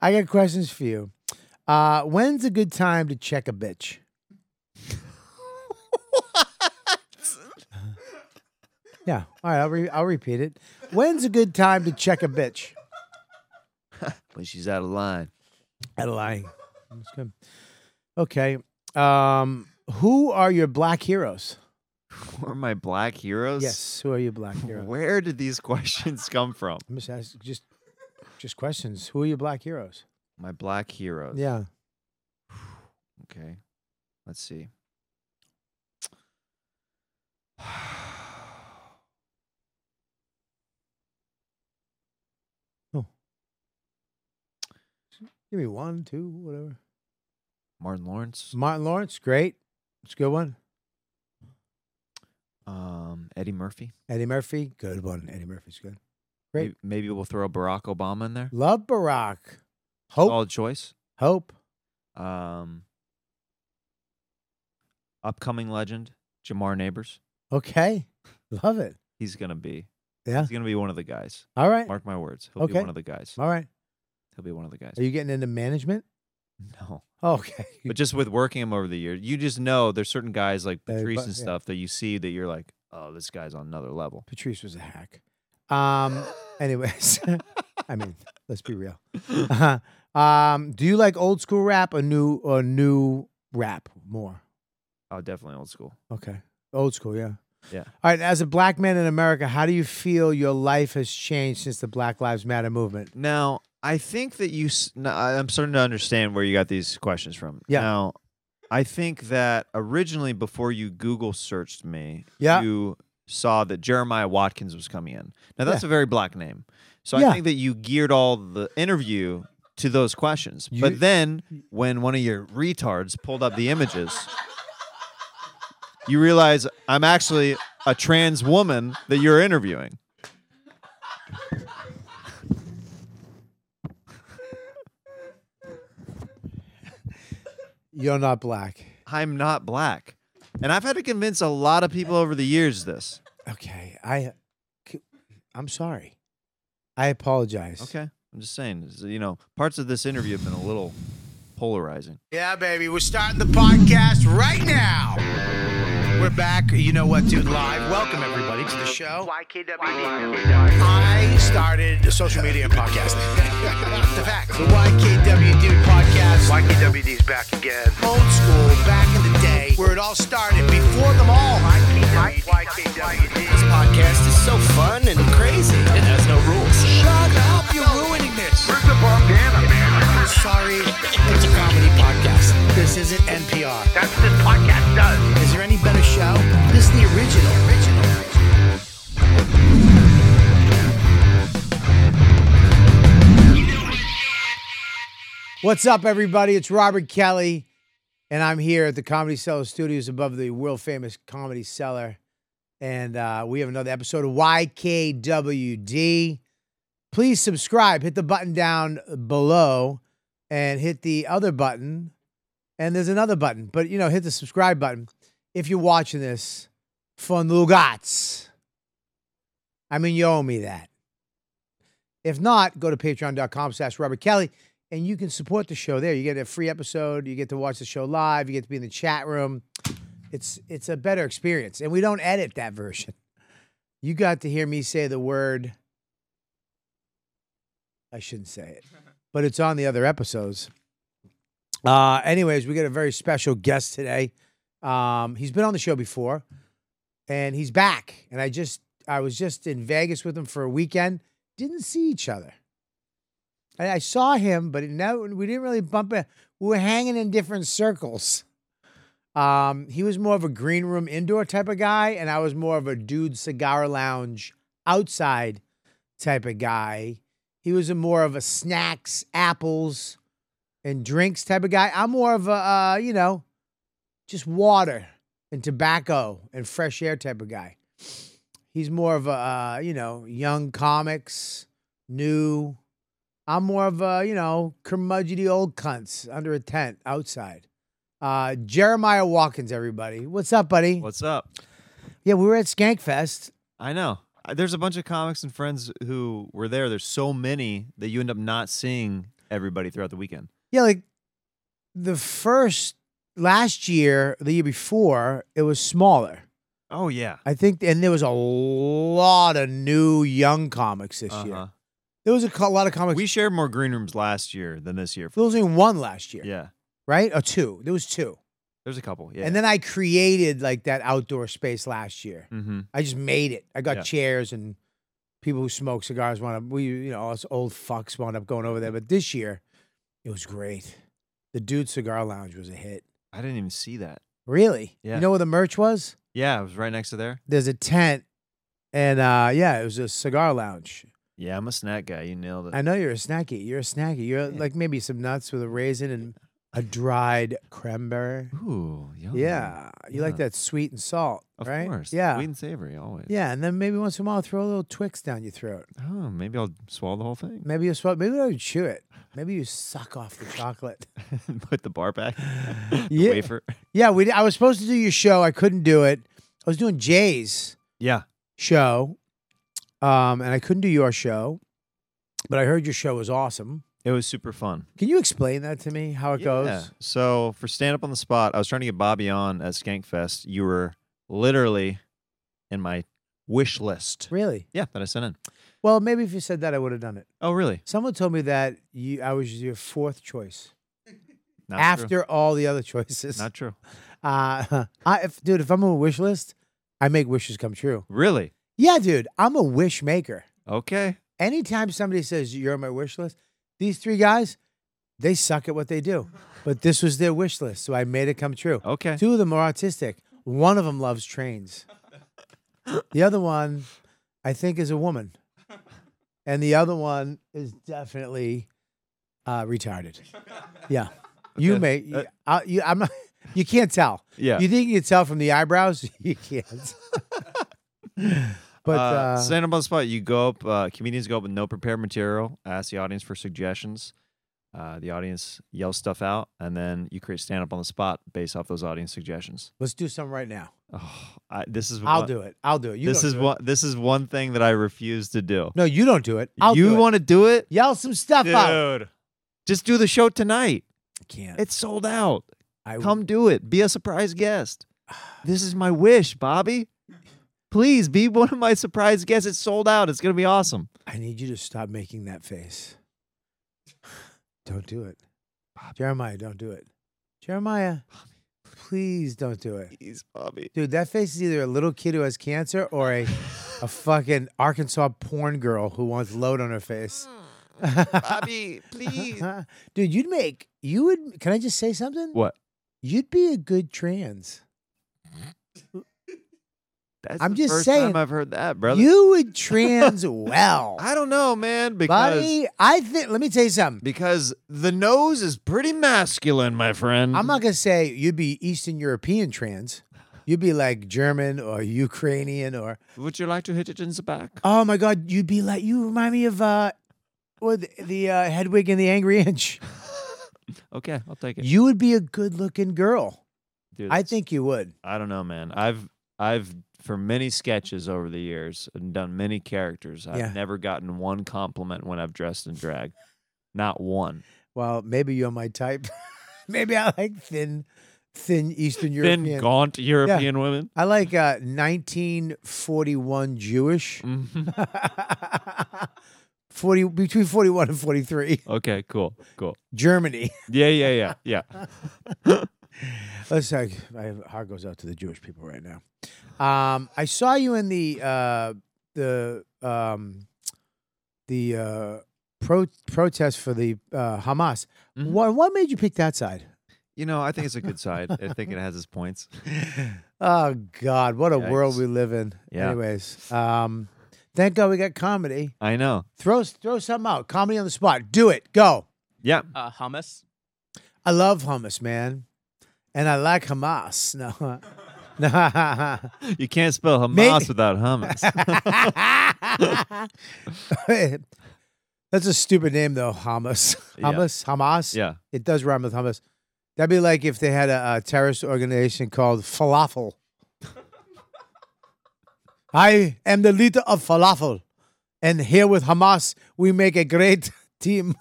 I got questions for you. Uh, when's a good time to check a bitch? Yeah. All right. I'll, re- I'll repeat it. When's a good time to check a bitch? when she's out of line. At a lying. That's good. Okay. Um, who are your black heroes? Were my black heroes? Yes. Who are your black heroes? Where did these questions come from? I'm just asking, just, just questions. Who are your black heroes? My black heroes. Yeah. Okay. Let's see. Give me one, two, whatever. Martin Lawrence. Martin Lawrence, great. It's a good one. Um, Eddie Murphy. Eddie Murphy, good one. Eddie Murphy's good. May- Great. Maybe, we'll throw Barack Obama in there. Love Barack. Hope. Solid choice. Hope. Um, upcoming legend Jamar Neighbors. Okay. Love it. He's gonna be. Yeah. He's gonna be one of the guys. All right. Mark my words. He'll be Okay. one of the guys. All right. He'll be one of the guys. Are you getting into management? No. Okay. But just with working him over the years, you just know there's certain guys like Uh, Patrice but- and yeah. stuff that you see that you're like, oh, this guy's on another level. Patrice was a hack. Um. Anyways, I mean, let's be real. Uh-huh. Um. Do you like old school rap or new or new rap more? Oh, definitely old school. Okay. Old school, yeah. Yeah. All right. As a black man in America, how do you feel your life has changed since the Black Lives Matter movement? Now, I think that you. s- Now, I- I'm starting to understand where you got these questions from. Yeah. Now, I think that originally, before you Google searched me, Yeah. you saw that Jeremiah Watkins was coming in. Now, that's a very black name. So Yeah. I think that you geared all the interview to those questions. You- but then, when one of your retards pulled up the images, you realize I'm actually a trans woman that you're interviewing. You're not black. I'm not black. And I've had to convince a lot of people over the years this. Okay. I. I'm sorry. I apologize. Okay. I'm just saying, is- you know, parts of this interview have been a little polarizing. Yeah, baby, we're starting the podcast right now. We're back. You know what, dude? Live. Welcome everybody to the show. YKWd. I started a social media and podcast. the fact, the YKWd podcast. YKWd's back again. Old school, back in the day, where it all started, before them all. YKWd. This podcast is so fun and crazy. It has no rules. Shut up! You're ruining this. Where's the bandana, man? Sorry, it's a comedy podcast. This isn't NPR. That's what this podcast does. Is there any better show? This is the original. Original. What's up, everybody? It's Robert Kelly, and I'm here at the Comedy Cellar Studios above the world famous Comedy Cellar. And uh, we have another episode of YKWD. Please subscribe, hit the button down below, and hit the other button. And there's another button, but you know, hit the subscribe button if you're watching this from Lugats. I mean, you owe me that. If not, go to patreon.com slash Robert Kelly and you can support the show there. You get a free episode, you get to watch the show live, you get to be in the chat room. It's it's a better experience. And we don't edit that version. You got to hear me say the word I shouldn't say it. But it's on the other episodes. Uh anyways, we got a very special guest today. Um he's been on the show before and he's back. And I just I was just in Vegas with him for a weekend. Didn't see each other. I, I saw him, but it never, we didn't really bump it. We were hanging in different circles. Um, he was more of a green room indoor type of guy, and I was more of a dude cigar lounge outside type of guy. He was a more of a snacks, apples, and drinks type of guy. I'm more of a uh, you know, just water and tobacco and fresh air type of guy. He's more of a uh, you know, young comics, new, I'm more of a, you know, curmudgeony old cunts under a tent outside. Uh, Jeremiah Watkins, everybody. What's up, buddy? What's up? Yeah, we were at Skankfest. I know. Uh, There's a bunch of comics and friends who were there. There's so many that you end up not seeing everybody throughout the weekend. Yeah, like the first last year, the year before, it was smaller. Oh yeah. I think, and there was a lot of new young comics this Uh-huh. year. There was a co- lot of comics. We shared more green rooms last year than this year. there was only one last year, Yeah. right? Or two. There was two. There's a couple. Yeah. And then I created like that outdoor space last year. mm-hmm. I just made it. I got Yeah. chairs and people who smoke cigars wound up. We, you know, us old fucks wound up going over there. But this year, it was great. The Dude Cigar Lounge was a hit. I didn't even see that. Really? Yeah. You know where the merch was? Yeah, it was right next to there. There's a tent, and uh, yeah, it was a cigar lounge. Yeah, I'm a snack guy. You nailed it. I know you're a snacky. You're a snacky. You're like maybe some nuts with a raisin and a dried cranberry. Ooh. yummy. Yeah, you like Oh. Yeah. that sweet and salt, Of right? course. Yeah, Sweet and savory always. yeah, and then maybe once in a while throw a little Twix down your throat. Oh, maybe I'll swallow the whole thing. Maybe you swallow. Maybe you chew it. Maybe you suck off the chocolate. Put the bar back. the Yeah. Wafer. yeah, we. I was supposed to do your show. I couldn't do it. I was doing Jay's Yeah. show, um, and I couldn't do your show. But I heard your show was awesome. It was super fun. Can you explain that to me? How it Yeah. goes? So for stand up on the spot, I was trying to get Bobby on at Skankfest. You were literally in my wish list. Really? Yeah, that I sent in. Well, maybe if you said that, I would have done it. Oh, really? Someone told me that you, I was your fourth choice Not after true. all the other choices. Not true. uh, I, if, dude, if I'm on a wish list, I make wishes come true. Really? Yeah, dude, I'm a wish maker. Okay. Anytime somebody says you're on my wish list, these three guys, they suck at what they do, but this was their wish list, so I made it come true. Okay. Two of them are autistic. One of them loves trains. The other one, I think, is a woman. And the other one is definitely uh, retarded. Yeah. You Okay. may, Uh, you, I, you, I'm, you can't tell. Yeah. You think you can tell from the eyebrows? You can't. but uh, uh, stand up on the spot. You go up. Uh, comedians go up with no prepared material. Ask the audience for suggestions. Uh, the audience yells stuff out, and then you create stand up on the spot based off those audience suggestions. let's do some right now. Oh, I, this is. I'll one, do it. I'll do it. You this don't is do it. one. This is one thing that I refuse to do. No, you don't do it. I'll you do it. want to do it, yell some stuff out. dude? Just do the show tonight. I can't. It's sold out. I, Come do it. Be a surprise guest. This is my wish, Bobby. Please be one of my surprise guests. It's sold out. It's gonna be awesome. I need you to stop making that face. Don't do it. Jeremiah, don't do it. Jeremiah, please don't do it. Please, Bobby. Dude, that face is either a little kid who has cancer or a, a fucking Arkansas porn girl who wants load on her face. Bobby, please. Dude, you'd make, you would, can I just say something? What? You'd be a good trans. That's I'm the just first saying, time I've heard that, brother. You would trans well. I don't know, man, because Buddy, I think, let me tell you something. because the nose is pretty masculine, my friend. I'm not gonna say you'd be Eastern European trans. You'd be like German or Ukrainian or Would you like to hit it in the back? oh my god, you'd be like you remind me of uh well, the, the uh, Hedwig and the Angry Inch. Okay, I'll take it. You would be a good-looking girl. Dude, I that's- think you would. I don't know, man. I've I've for many sketches over the years and done many characters. I've Yeah. never gotten one compliment when I've dressed in drag. Not one. Well, maybe you're my type. maybe I like thin, thin Eastern European. Thin, gaunt European women. I like uh, 1941 Jewish. Mhm. 40 between 41 and 43 okay, cool, cool. Germany. Yeah, yeah, yeah, yeah. Let's say my heart goes out to the Jewish people right now. Um, I saw you in the uh, the um, the uh, pro- protest for the uh, Hamas. Mhm. What what made you pick that side? You know, I think it's a good side. I think it has its points. Oh God, what a world Yikes. we live in. Yeah. Anyways, um, thank God we got comedy. I know. Throw throw something out. Comedy on the spot. Do it. Go. Yeah. Uh, hummus. I love hummus, man, and I like Hamas. No. no. You can't spell Hamas Maybe- without hummus. That's a stupid name, though. Hamas, Yeah. Hamas, Hamas. yeah. It does rhyme with Hamas. That'd be like if they had a, a terrorist organization called Falafel. I am the leader of Falafel, and here with Hamas, we make a great team.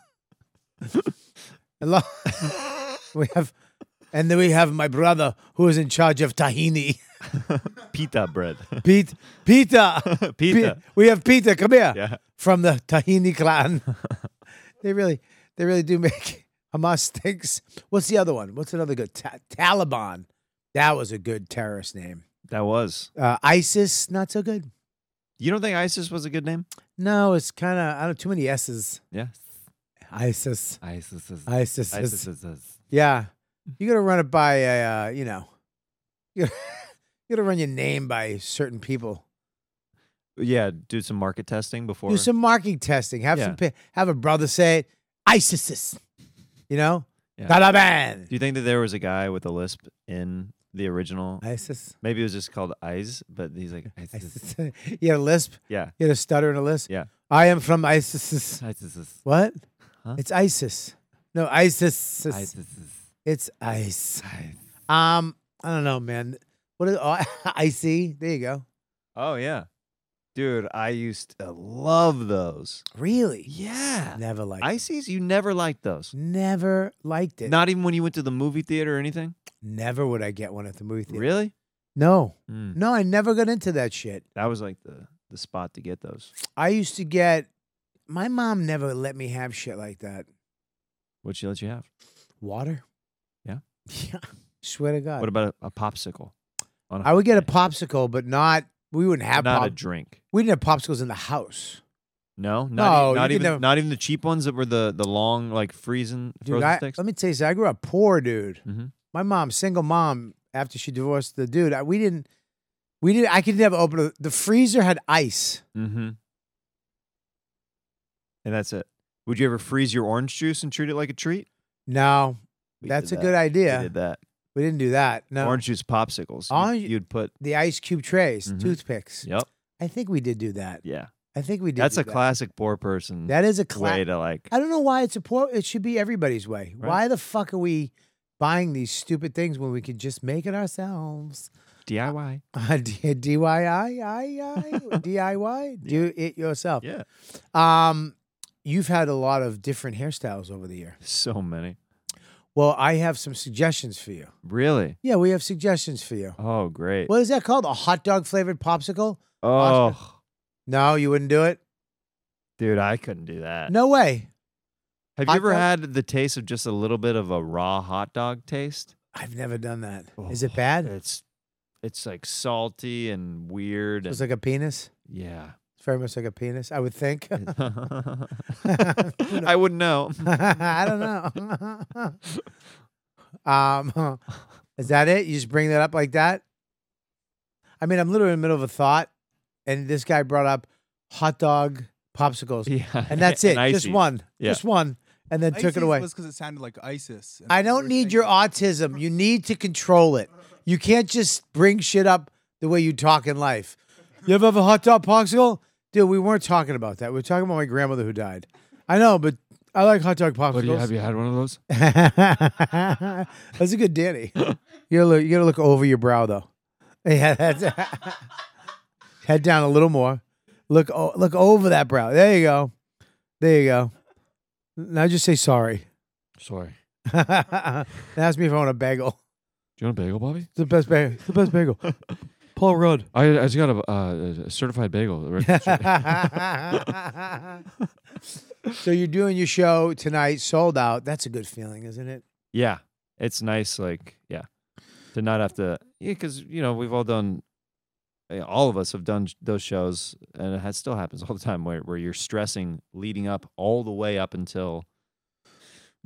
I love. we have, and then we have my brother who is in charge of tahini. Pita bread. Pete, Pita. Pita. Pe- we have Peter. Come here. Yeah. From the Tahini clan. they really, they really do make Hamas stinks. What's the other one? What's another good Ta- Taliban? That was a good terrorist name. That was. Uh, ISIS, not so good. You don't think ISIS was a good name? No, it's kind of I don't too many S's. Yeah. ISIS, ISIS. is- ISIS, ISIS. is- is- yeah. You got to run it by a, uh, you know, you got to run your name by certain people. Yeah. Do some market testing before. Do some marking testing. Have some some have a brother say it, ISIS. You know? Yeah. Taliban. Do you think that there was a guy with a lisp in the original? ISIS. Maybe it was just called Eyes, but he's like ISIS. ISIS. you had a lisp. Yeah. You had a stutter and a lisp. Yeah. I am from ISIS. ISIS. What? Huh? It's ISIS. No, ISIS. ISIS. It's ice. Eyes. Um, I don't know, man. What is oh, icy? There you go. Oh yeah. Dude, I used to love those. Really? Yeah. Never liked. it. Ices, you never liked those. Never liked it. Not even when you went to the movie theater or anything? Never would I get one at the movie theater. Really? No, Mm. no, I never got into that shit. That was like the the spot to get those. I used to get. My mom never let me have shit like that. What'd she let you have? Water. Yeah? Yeah. Swear to God. What about a, a popsicle? On Uh, I would get a holiday? popsicle, but not. We wouldn't have. not pop- a drink. we didn't have popsicles in the house, No, not, No, e- not you could even never- not even the cheap ones that were the the long like freezing dude. frozen I, sticks. let me tell you, something. I grew up poor, dude. Mhm. My mom, single mom, after she divorced the dude, I, we didn't. We did. not I could never open a, the freezer. Had ice. Mm-hmm. And that's it. Would you ever freeze your orange juice and treat it like a treat? No, We did that's a that. good We idea. did that. We didn't do that. No, Orange juice popsicles. You'd- Orange- you'd, put. the ice cube trays, Mhm. toothpicks. Yep. I think we did do that. Yeah. I think we did. That's do a that. classic poor person That is a class. way to like. I don't know why it's a poor. It should be everybody's way. Right. Why the fuck are we buying these stupid things when we could just make it ourselves? DIY. Uh, D- DIY, I- I- DIY, do it yourself. Yeah. Um, you've had a lot of different hairstyles over the year. So many. Well, I have some suggestions for you. Really? Yeah, we have suggestions for you. Oh, great. What is that called? A hot dog flavored popsicle? Oh, No, you wouldn't do it. dude, I couldn't do that. No way. Have you hot ever dog- had the taste of just a little bit of a raw hot dog taste? I've never done that. Is Oh, it bad? It's it's like salty and weird. And, It's like a penis. yeah. It's very much like a penis, I would think. I wouldn't know. I don't know. um, is that it? You just bring that up like that? I mean, I'm literally in the middle of a thought, and this guy brought up hot dog popsicles, Yeah. and that's it. just icy. one, Yeah. just one, and then took it ISIS away. Was because it sounded like ISIS. and I that's don't what we were need your thinking. autism. You need to control it. You can't just bring shit up the way you talk in life. You ever have a hot dog popsicle? Dude, we weren't talking about that. We were talking about my grandmother who died. I know, but I like hot dog popsicles. What do you, have you had one of those? that's a good Danny. You gotta, look, you gotta look over your brow though. Yeah, that's head down a little more. Look, o- look over that brow. There you go. There you go. Now just say sorry. Sorry. Now Ask me if I want a bagel. Do you want a bagel, Bobby? It's the best bagel. It's the best bagel. Paul Rudd. I, I just got a, uh, a certified bagel. so you're doing your show tonight, sold out. That's a good feeling, isn't it? yeah, it's nice. Like, yeah, to not have to, yeah, because you know we've all done, yeah, all of us have done sh- those shows, and it has, still happens all the time where where you're stressing leading up all the way up until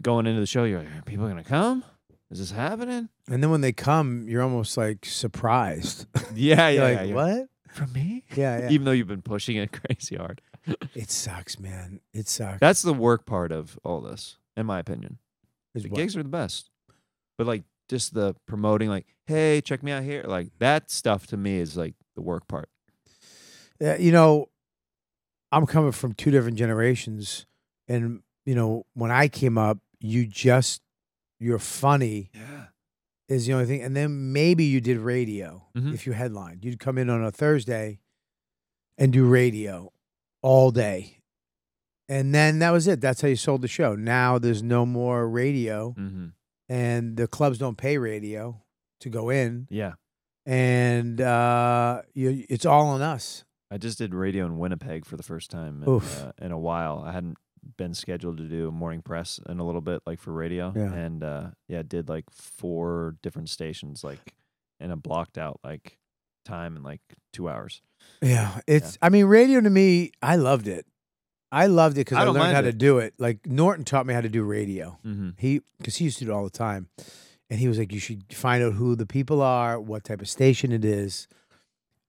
going into the show. You're like, are people gonna come? Is this happening? And then when they come, you're almost like surprised. Yeah, yeah, You're yeah, like, yeah. what? from me? Yeah, yeah. Even though you've been pushing it crazy hard, it sucks, man. It sucks. that's the work part of all this, in my opinion. It's the what- gigs are the best. But like just the promoting, like, hey, check me out here. Like that stuff to me is like the work part. Uh, you know, I'm coming from two different generations, and you know, when I came up, you just you're funny. Yeah. is the only thing. And then maybe you did radio Mhm. if you headlined. You'd come in on a Thursday and do radio all day. And then that was it. That's how you sold the show. Now there's no more radio, Mm-hmm. and the clubs don't pay radio to go in, Yeah. and uh, you, it's all on us. I just did radio in Winnipeg for the first time in, Oof. uh, in a while. I hadn't been scheduled to do morning press in a little bit, like for radio, Yeah. and uh, yeah, did like four different stations, like in a blocked out like time in like two hours. Yeah, it's. I mean, radio to me, I loved it. I loved it because I I, don't learned mind how to it. do it. Like Norton taught me how to do radio. Mm-hmm. He because he used to do it all the time, and he was like, "You should find out who the people are, what type of station it is,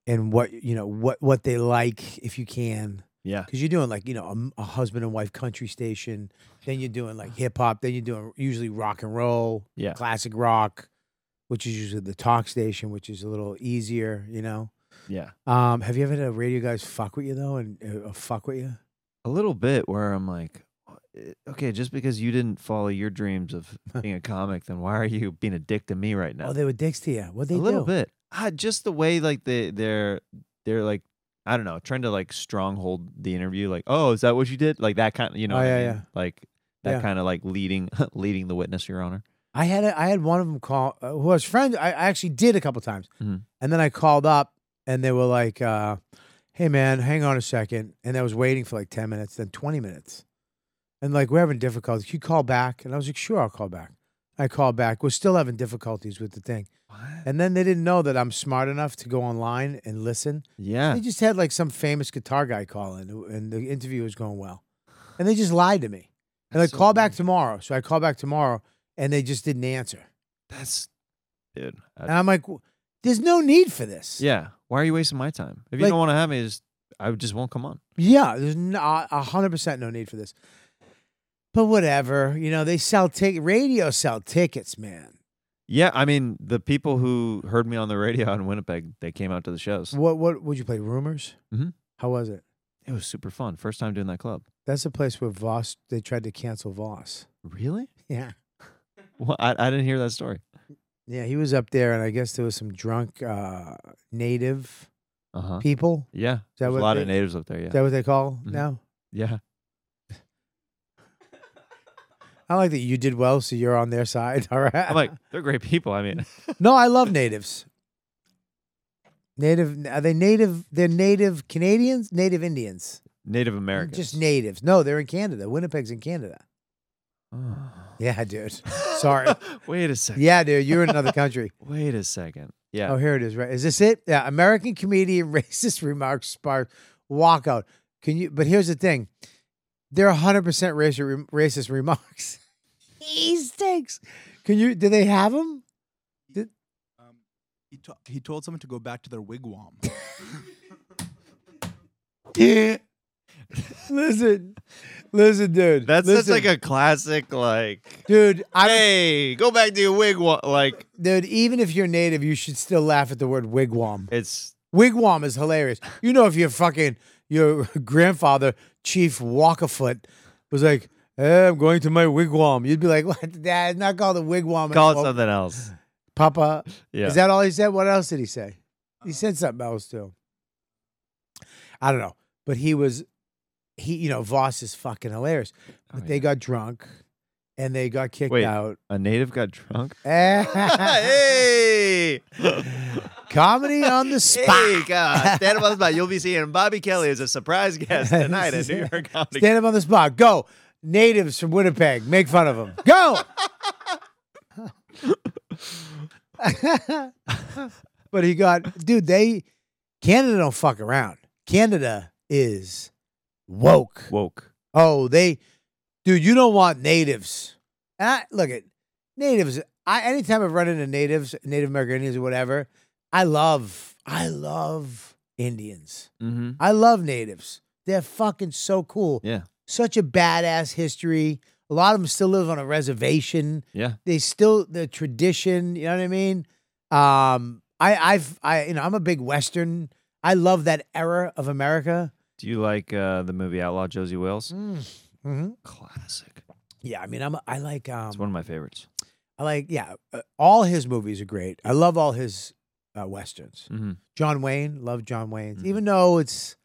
and what you know what what they like if you can." Yeah, Because you're doing like you know a m- a, husband and wife country station, then you're doing like hip hop, then you're doing usually rock and roll, yeah, classic rock, which is usually the talk station, which is a little easier, you know. yeah. Um, have you ever had a radio guys fuck with you though, and uh, uh, fuck with you? A little bit where I'm like, "Oh, eh, okay, just because you didn't follow your dreams of being a comic, then why are you being a dick to me right now? Oh, they were dicks to you. What they a little do? bit. Ah, just the way like they they're they're like I don't know, trying to like stronghold the interview. Like, oh, is that what you did? Like that kind, you know? Oh, what I yeah, mean? yeah. Like that Yeah. kind of like leading leading the witness, Your Honor. I had a, I had one of them call uh, who I was friends. I, I actually did a couple times, Mhm. and then I called up and they were like, uh, "Hey man, hang on a second. and I was waiting for like ten minutes, then twenty minutes, and like we're having difficulties. Can you call back? And I was like, "Sure, I'll call back." I called back. We're still having difficulties with the thing, What? and then they didn't know that I'm smart enough to go online and listen. Yeah. They just had like some famous guitar guy call in, who- and the interview was going well, and they just lied to me. And like, That's so call back weird. tomorrow. So I call back tomorrow, and they just didn't answer. That's dude. I- And I'm like, "W- there's no need for this. yeah. Why are you wasting my time? If you Like- don't want to have me, just I just won't come on. Yeah, there's no, a hundred percent no need for this. But whatever, you know, they sell ticket. Radio sell tickets, man. Yeah, I mean the people who heard me on the radio in Winnipeg, they came out to the shows. What what would you play? Rumors. Mhm. How was it? It was super fun. First time doing that club. That's the place where Voss. They tried to cancel Voss. Really? Yeah. Well, I, I didn't hear that story. Yeah, he was up there, and I guess there was some drunk uh, native Uh huh. people. Yeah. that There's what a lot they- of natives up there. Yeah. Is that what they call Mhm. now? yeah. I like that you did well, so you're on their side. All right. I'm like, they're great people. I mean, no, I love natives. Native? Are they native? They're native Canadians, native Indians, Native Americans. just natives. No, they're in Canada. Winnipeg's in Canada. Oh. Yeah, dude. Sorry. Wait a second. Yeah, dude. You're in another country. Wait a second. Yeah. Oh, here it is. Right? Is this it? Yeah. American comedian racist remarks spark walkout. Can you? But here's the thing. They're 100 percent racist racist remarks. he stinks. Can you? Do they have them? Um, he, to- he told someone to go back to their wigwam. Oh, listen, listen, dude. That's listen. such like a classic, like, dude. I don't, hey, go back to your wigwam. Like, dude. Even if you're native, you should still laugh at the word wigwam. it's, Wigwam is hilarious. You know, if your fucking your grandfather Chief Walkerfoot was like, "Eh, "I'm going to my wigwam," you'd be like, "What? Dad, it's not called a wigwam. call it anymore, something else. Papa." Yeah. Uh. Is that all he said? What else did he say? He said something else too. I don't know, but he was, he you know, Voss is fucking hilarious. Oh, But they yeah. got drunk, and they got kicked Wait. out. a native got drunk? hey. Comedy on the Hey, spot. God. Stand up on the spot. You'll be seeing Bobby Kelly as a surprise guest tonight at New York Comedy. Stand up on the spot. Go. Natives from Winnipeg. Make fun of them. Go. but he got, dude, they, Canada don't fuck around. Canada is woke. Woke. Oh, they, dude, you don't want natives. And I, look at natives. I anytime I've run into natives, Native American Indians or whatever, I love, I love Indians. Mm-hmm. I love natives. They're fucking so cool. Yeah. Such a badass history. A lot of them still live on a reservation. Yeah. They still the tradition. You know what I mean? Um, I, I've, I, you know, I'm a big Western. I love that era of America. Do you like uh, the movie Outlaw Josie Wales? hmm Mm-hmm. Classic. Yeah, I mean, I'm, I like, um, It's one of my favorites. I like, yeah, uh, all his movies are great. I love all his uh, westerns. Mm-hmm. John Wayne, love John Wayne's, Mhm. even though it's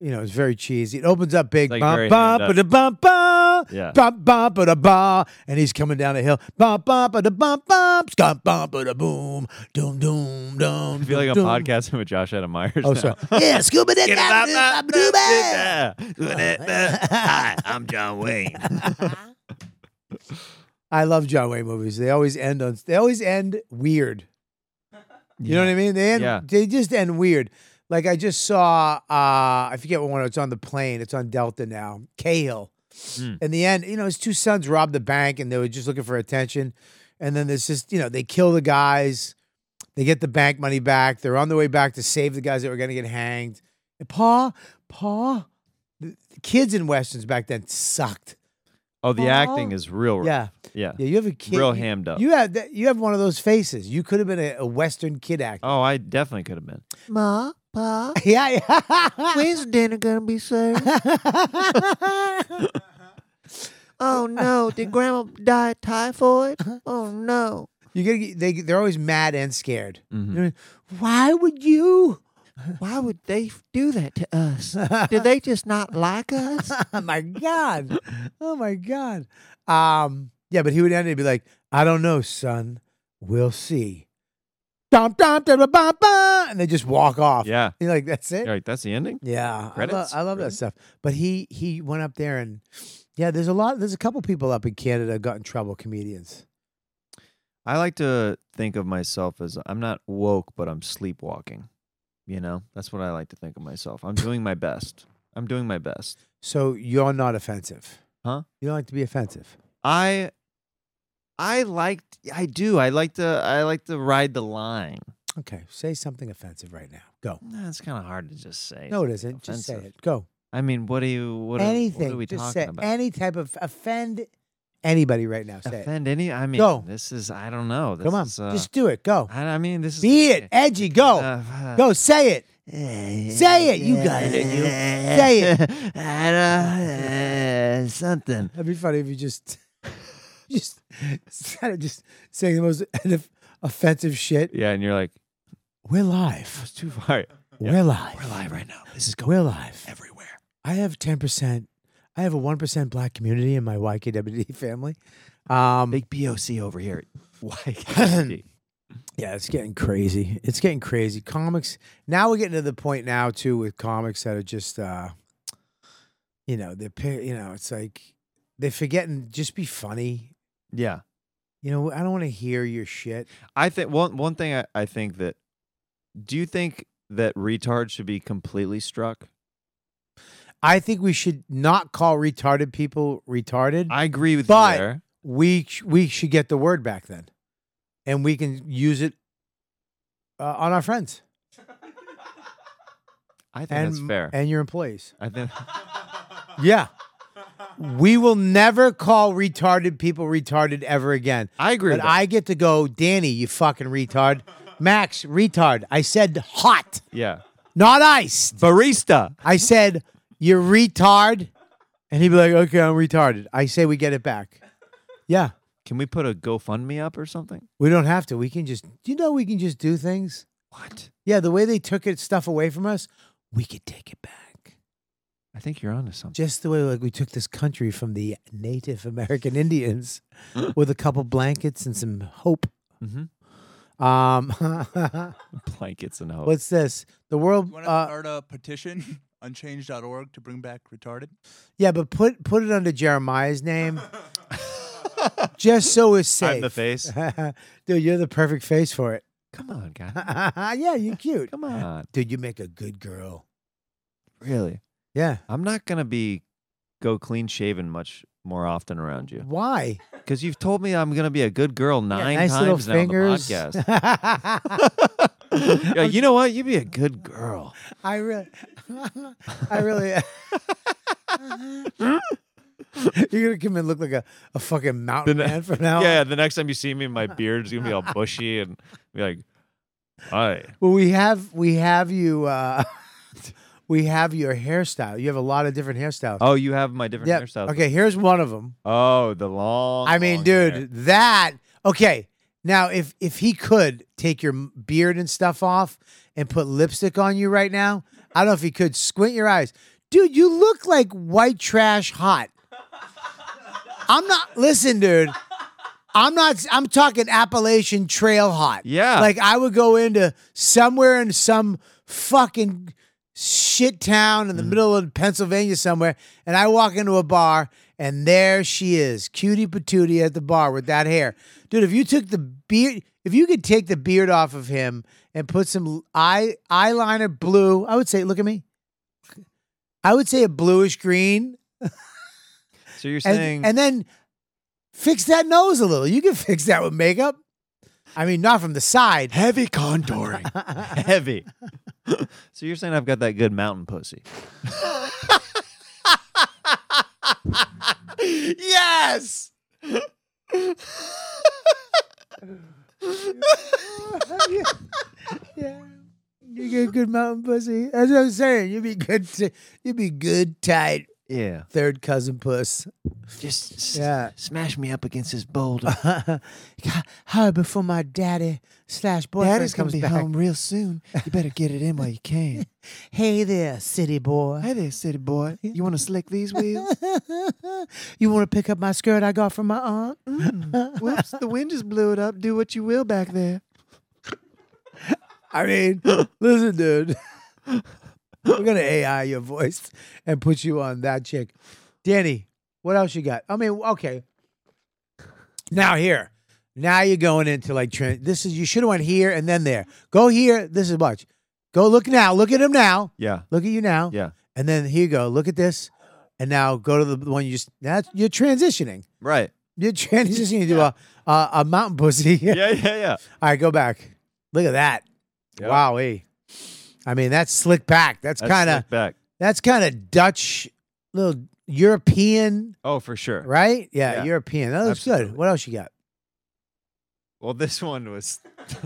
you know, it's very cheesy. It opens up big, Like bum very bum hand ba bum bum, Yeah. bum bum ba ba, and he's coming down the hill, bum bum ba bum bum, scum bum ba boom, doom doom doom. I feel like I'm podcasting with Josh Adam Myers. Oh, now. sorry. yeah, scuba da da da da da. Hi, I'm John Wayne. I love John Wayne movies. They always end on. They always end weird. You know what I mean? They end, Yeah. they just end weird. Like I just saw, uh, I forget what one. It's on the plane. It's on Delta now. Cahill. Mm. In the end, you know, his two sons robbed the bank, and they were just looking for attention. And then there's just, you know, they kill the guys. They get the bank money back. They're on their way back to save the guys that were going to get hanged. And pa, pa, the, the kids in westerns back then sucked. Oh, the Aw. acting is real. rough. Yeah, Yeah. yeah. You have a kid. Real you- hammed up. You have that. You have one of those faces. You could have been a, a western kid actor. Oh, I definitely could have been. Ma, Pa, Oh. Yeah, yeah. when's dinner gonna be served? Oh no, did Grandma die of typhoid? Uh-huh. Oh no. you gotta get, they they're always mad and scared. Mhm. They're like, Why would you? Why would they f- do that to us? Did they just not like us? Oh my god. Oh my god. Um yeah, but he would end it and be like, I don't know, son. We'll see. Dum, dum, dum, dum, dum, dum, and they just walk off. Yeah. You're like, that's it? You're like, that's the ending? Yeah, I, lo- Credits? I love that Really? stuff. But he he went up there and yeah, there's a lot. There's a couple people up in Canada got in trouble. Comedians. I like to think of myself as I'm not woke, but I'm sleepwalking. You know, that's what I like to think of myself. I'm doing my best. I'm doing my best. So you're not offensive, Huh? You don't like to be offensive. I, I like, I do. I like to, I like to ride the line. Okay, say something offensive right now. Go. Nah, It's kind of hard to just say. No, it isn't. Just say offensive. it. Go. I mean, what do you, what, are- Anything. what are we Just talking say about? any type of offend anybody right now. Say Offend any? I mean, Go. this is, I don't know. it. This Come on. is, uh, Just do it. Go. I, Uh, I mean, this is. Be it. Edgy. Go. go. Say it. Say it. You got it. in You. Say it. I don't, uh, something. That'd be funny if you just just started just saying the most off- offensive shit. Yeah, and you're like, We're live. it's too far. We're live. We're live right now. This is going We're live. everywhere. I have ten percent. I have a one percent black community in my YKWd family. Um, Big BOC over here. Why? yeah, it's getting crazy. It's getting crazy. Comics. Now we're getting to the point now too with comics that are just, uh, you know, they're pa- you know, it's like they're forgetting. Just be funny. yeah, You know, I don't want to hear your shit. I think one one thing I, I think that. Do you think that retard should be completely struck? I think we should not call retarded people retarded. I agree with But- you there. we sh- we should get the word back then, and we can use it uh, on our friends I think and that's fair. and your employees. I think Yeah, we will never call retarded people retarded ever again. I agree. But with that. I get to go, Danny, you fucking retard. Max, retard. I said hot, yeah, not iced. barista. I said you retard, and he'd be like, "Okay, I'm retarded." I say we get it back. Yeah. Can we put a GoFundMe up or something? We don't have to. We can just, do you know, we can just do things. What? Yeah, the way they took it stuff away from us, we could take it back. I think you're onto something. Just the way like we took this country from the Native American Indians with a couple blankets and some hope. Mhm. Um, Blankets and hope. what's this? The world. You want to Uh, start a petition? Unchange.org to bring back retarded. yeah, but put put it under Jeremiah's name, just so it's safe. I'm the face. dude. You're the perfect face for it. Come on, guy. yeah, you're cute, Come on. dude. You make a good girl. Really? Yeah. I'm not gonna be go clean shaven much more often around you Why? because you've told me I'm gonna be a good girl nine times now on the podcast. podcast. Yeah, you know what? You'd be a good girl. I really, I really. You're gonna come in and look like a, a fucking mountain The ne- man from now. on. uh, Yeah, the next time you see me, my beard's gonna be all bushy and be like, "Hi." Well, we have we have you. Uh, we have your hairstyle. You have a lot of different hairstyles. Oh, you have my different Yep. hairstyles. Okay, here's one of them. Oh, the long. I mean, long dude, hair. that okay. Now, if if he could take your m- beard and stuff off and put lipstick on you right now, I don't know if he could squint your eyes. dude, you look like white trash hot. I'm not. Listen, dude. I'm not. I'm talking Appalachian Trail hot. Yeah. Like I would go into somewhere in some fucking shit town in the middle of Pennsylvania somewhere, and I walk into a bar, and there she is, cutie patootie at the bar with that hair, dude. If you took the beard, if you could take the beard off of him and put some eye eyeliner blue, I would say, look at me. I would say a bluish green, So you're and, saying and then fix that nose a little. You can fix that with makeup. I mean, not from the side. Heavy contouring. heavy. so you're saying I've got that good mountain pussy. yes. Yeah. You get good mountain pussy. That's what I'm saying. You'd be good. To, you'd be good tight Yeah. third cousin puss. Just s- Yeah. smash me up against this boulder. Hard before my daddy slash boyfriend comes back. real soon. You better get it in while you can. Hey there, city boy. there, city boy. You want to slick these wheels? you want to pick up my skirt I got from my aunt? Whoops, the wind just blew it up. Do what you will back there. I mean, listen, dude. We're gonna AI your voice and put you on that chick. Danny, what else you got? I mean, okay. Now here. Now you're going into like trend. This is you should have went here and then there. Go here. This is watch. Go look now. Look at him now. yeah. Look at you now. Yeah. And then here you go. Look at this. And now go to the one you just that's you're transitioning. Right. You're transitioning to a, a a mountain pussy. Yeah, yeah, yeah. All right, go back. Look at that. Yeah. Wow, I mean, that's slick back. That's That's kind of slick back. that's kind of Dutch, little European, Oh, for sure. right? Yeah, Yeah. European. That looks Absolutely. good. What else you got, Well, this one was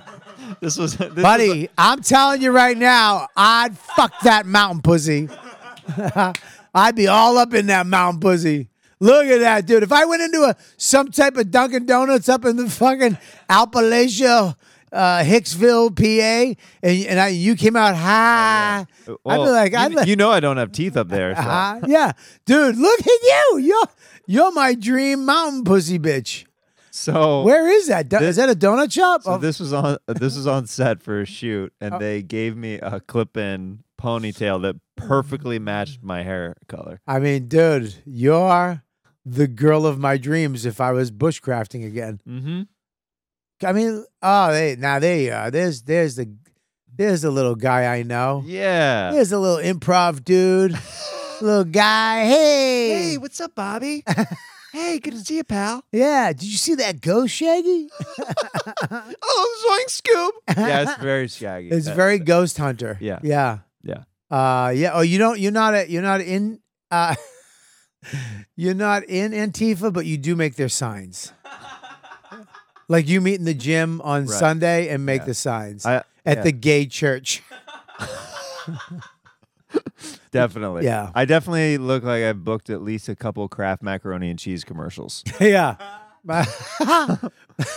this was this was a- buddy? I'm telling you right now, I'd fuck that mountain pussy. I'd be all up in that mountain pussy. Look at that, dude. If I went into a some type of Dunkin' Donuts up in the fucking Appalachia, uh, Hicksville, PA, and and I, you came out high, I'd be well, like, you, I'd kn- like, you know I don't have teeth up there. So. Uh-huh. yeah, dude, look at you. You're you're my dream mountain pussy bitch. So Where is that? Do- is that a donut shop? So Oh, this was on uh, this was on set for a shoot, and they gave me a clip-in ponytail that perfectly matched my hair color. I mean, dude, you're the girl of my dreams. If I was bushcrafting again, Mm-hmm. I mean, oh, they now there you are. There's there's the there's the little guy I know. Yeah. There's a little improv dude, little guy. Hey, Hey, what's up, Bobby? hey, good to see you, pal. yeah. Did you see that ghost, Shaggy? Oh, I'm going Scoob. Yeah, it's very shaggy. It's That- very Ghost Hunter. Yeah. Yeah. Yeah. Uh yeah. Oh, you don't you're not a, you're not in uh you're not in Antifa, but you do make their signs. like you meet in the gym on Right. Sunday and make Yeah. the signs I, at yeah, the gay church. definitely. Yeah. I definitely look like I've booked at least a couple Kraft macaroni and cheese commercials. yeah.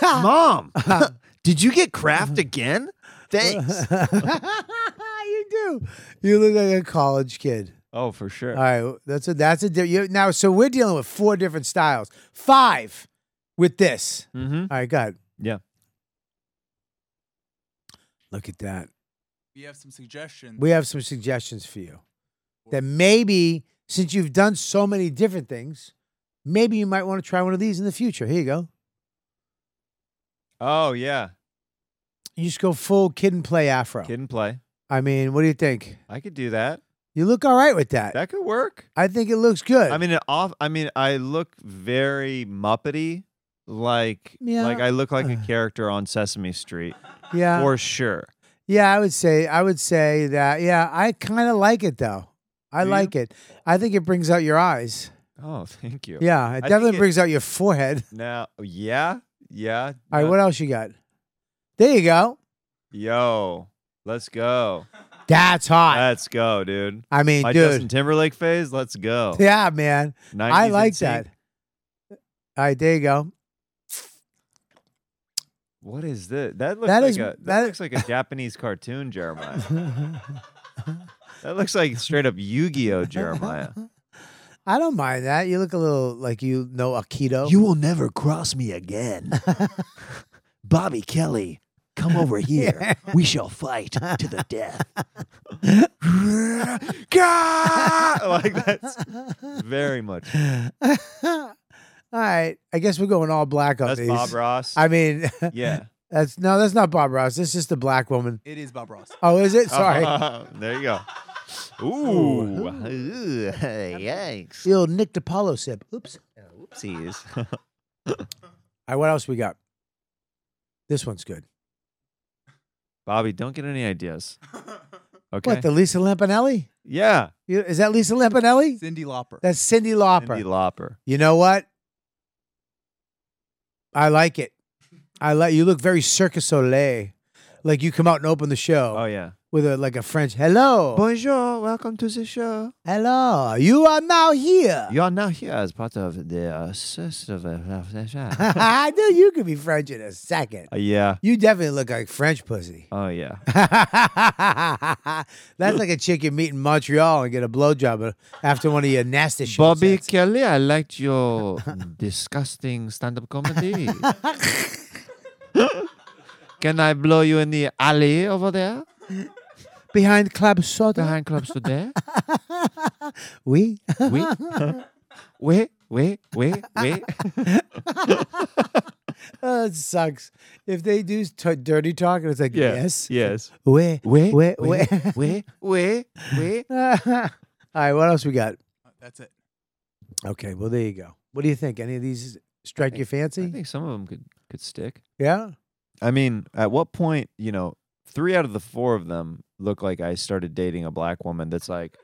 Mom, Did you get craft again? thanks. you do. You look like a college kid. oh, for sure. All right, that's a that's a di- you, now. So we're dealing with four different styles, five with this. Mm-hmm. All right, go ahead. Yeah. Look at that. We have some suggestions. We have some suggestions for you that maybe, since you've done so many different things, maybe you might want to try one of these in the future. Here you go. Oh yeah. You just go full kid and play afro. Kid and play. I mean, what do you think? I could do that. You look all right with that. That could work. I think it looks good. I mean, it off. I mean, I look very Muppety, like Yeah. Uh. like I look like a character on Sesame Street yeah, for sure. yeah. I would say, I would say that. Yeah, I kind of like it though. I Do you? like it. I think it brings out your eyes. Oh, thank you. Yeah, it think definitely it- brings out your forehead. Now, yeah, yeah. All right, no- what else you got? There you go. Yo, let's go. That's hot. Let's go, dude. I mean, My dude. Justin Timberlake phase. Let's go. Yeah, man. 90s I like NSYNC. that. All right, there you go. What is this? That looks That like is- a that, that- looks like a Japanese cartoon, Jeremiah. That looks like straight up Yu-Gi-Oh, Jeremiah. I don't mind that. You look a little like you know Aikido. will never cross me again. Bobby Kelly, come over here. We shall fight to the death. like that's very much. all right. I guess we're going all black on That's these. Bob Ross. I mean, yeah. that's no, that's not Bob Ross. That's just a black woman. It is Bob Ross. Oh, is it? Sorry. there you go. Ooh. Ooh. Yikes. The old Nick DiPaolo sip. Oops. Oopsies. All right. What else we got? This one's good. Bobby, don't get any ideas. Okay. What the Lisa Lampanelli? yeah. You- Is that Lisa Lampanelli? Cindy Lauper. That's Cindy Lauper. Cindy Lauper. You know what? I like it. I like you look very Cirque du Soleil, like you come out and open the show Oh yeah. with a like a French hello, Bonjour. Welcome to the show. hello. You are now here. You are now here as part of the uh, system of the show. I knew you could be French in a second. Uh, yeah. You definitely look like French pussy. Oh yeah. That's like a chick you meet in Montreal and get a blowjob after one of your nasty shows. Bobby Kelly, I liked your disgusting stand-up comedy. Can I blow you in the alley over there behind Club Soda. behind clubs today? We. Wait, wait, wait, wait, wait. Oh, it sucks. If they do t- dirty talk and it's like, yes. yes. Wait, Wait, wait, wait, wait. wait, wait, wait, wait. All right, what else we got? That's it. Okay, well, there you go. What do you think? Any of these strike your I fancy? think some of them could could stick. Yeah? I mean, at what point, you know, three out of the four of them look like I started dating a black woman that's like,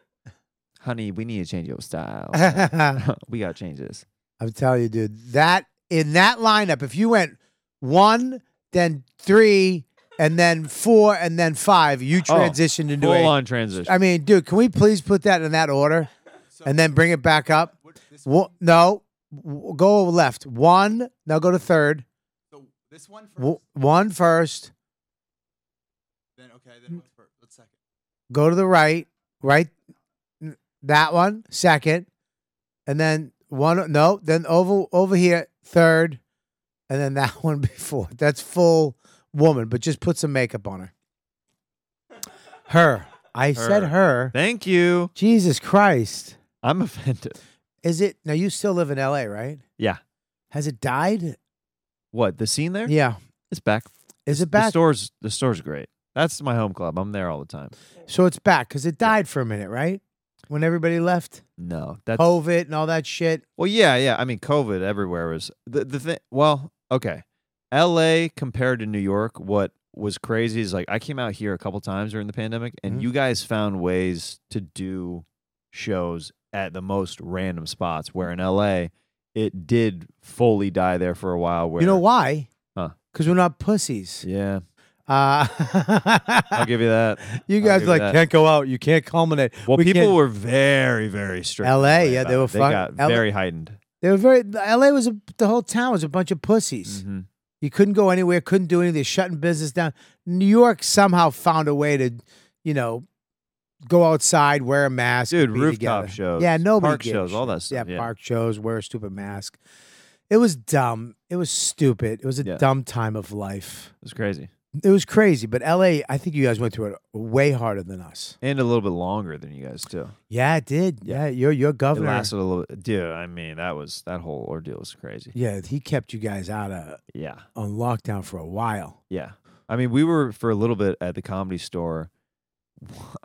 honey, we need to change your style. I'm we got to change this. telling you, dude, that in that lineup, if you went one, then three, and then four, and then five, you transitioned into Full a. on transition. I mean, dude, can we please put that in that order and then bring it back up? What, this, Wo- no, w- go left. One, now go to third. so this one first. W- one first, then okay. Then what's first? What's second? go to the right, right, n- that one second, and then one no, then over over here third, and then that one before. That's full woman, but just put some makeup on her. Her, I said Her. her. Thank you. Jesus Christ, I'm offended. is it now? You still live in L.A., right? Yeah. Has it died? What the scene there? Yeah. it's back. Is it The back? stores, the store's great. That's my home club. I'm there all the time. So it's back because it died for a minute, right? When everybody left, No, that's COVID and all that shit. well, yeah, yeah. I mean, COVID everywhere was the the thing. Well, okay, L.A. compared to New York, what was crazy is like I came out here a couple times during the pandemic, and Mhm. you guys found ways to do shows at the most random spots. Where in L.A. it did fully die there for a while. Where You know why? Huh. Because we're not pussies. Yeah, Uh, I'll give you that. you I'll guys give like that. can't go out. You can't culminate. Well, We people can't- were very, very strict. in LA, yeah, about they it. were They fuck- got LA very heightened. They were very. L.A. was a, the whole town was a bunch of pussies. Mhm. You couldn't go anywhere. Couldn't do anything. They're shutting business down. New York somehow found a way to, you know, go outside, wear a mask, Dude, be rooftop together. shows, Yeah, nobody park gave a shows, all shit. that stuff. Yeah, Yeah, park shows, wear a stupid mask. It was dumb. It was stupid. It was a Yeah. dumb time of life. It was crazy It was crazy, but LA, I think you guys went through it way harder than us. and a little bit longer than you guys too. Yeah, it did. Yeah, your your It governor. lasted a little. Dude, I mean, that was that whole ordeal was crazy. Yeah, he kept you guys out of Yeah, on lockdown for a while. yeah. I mean, we were for a little bit at the comedy store.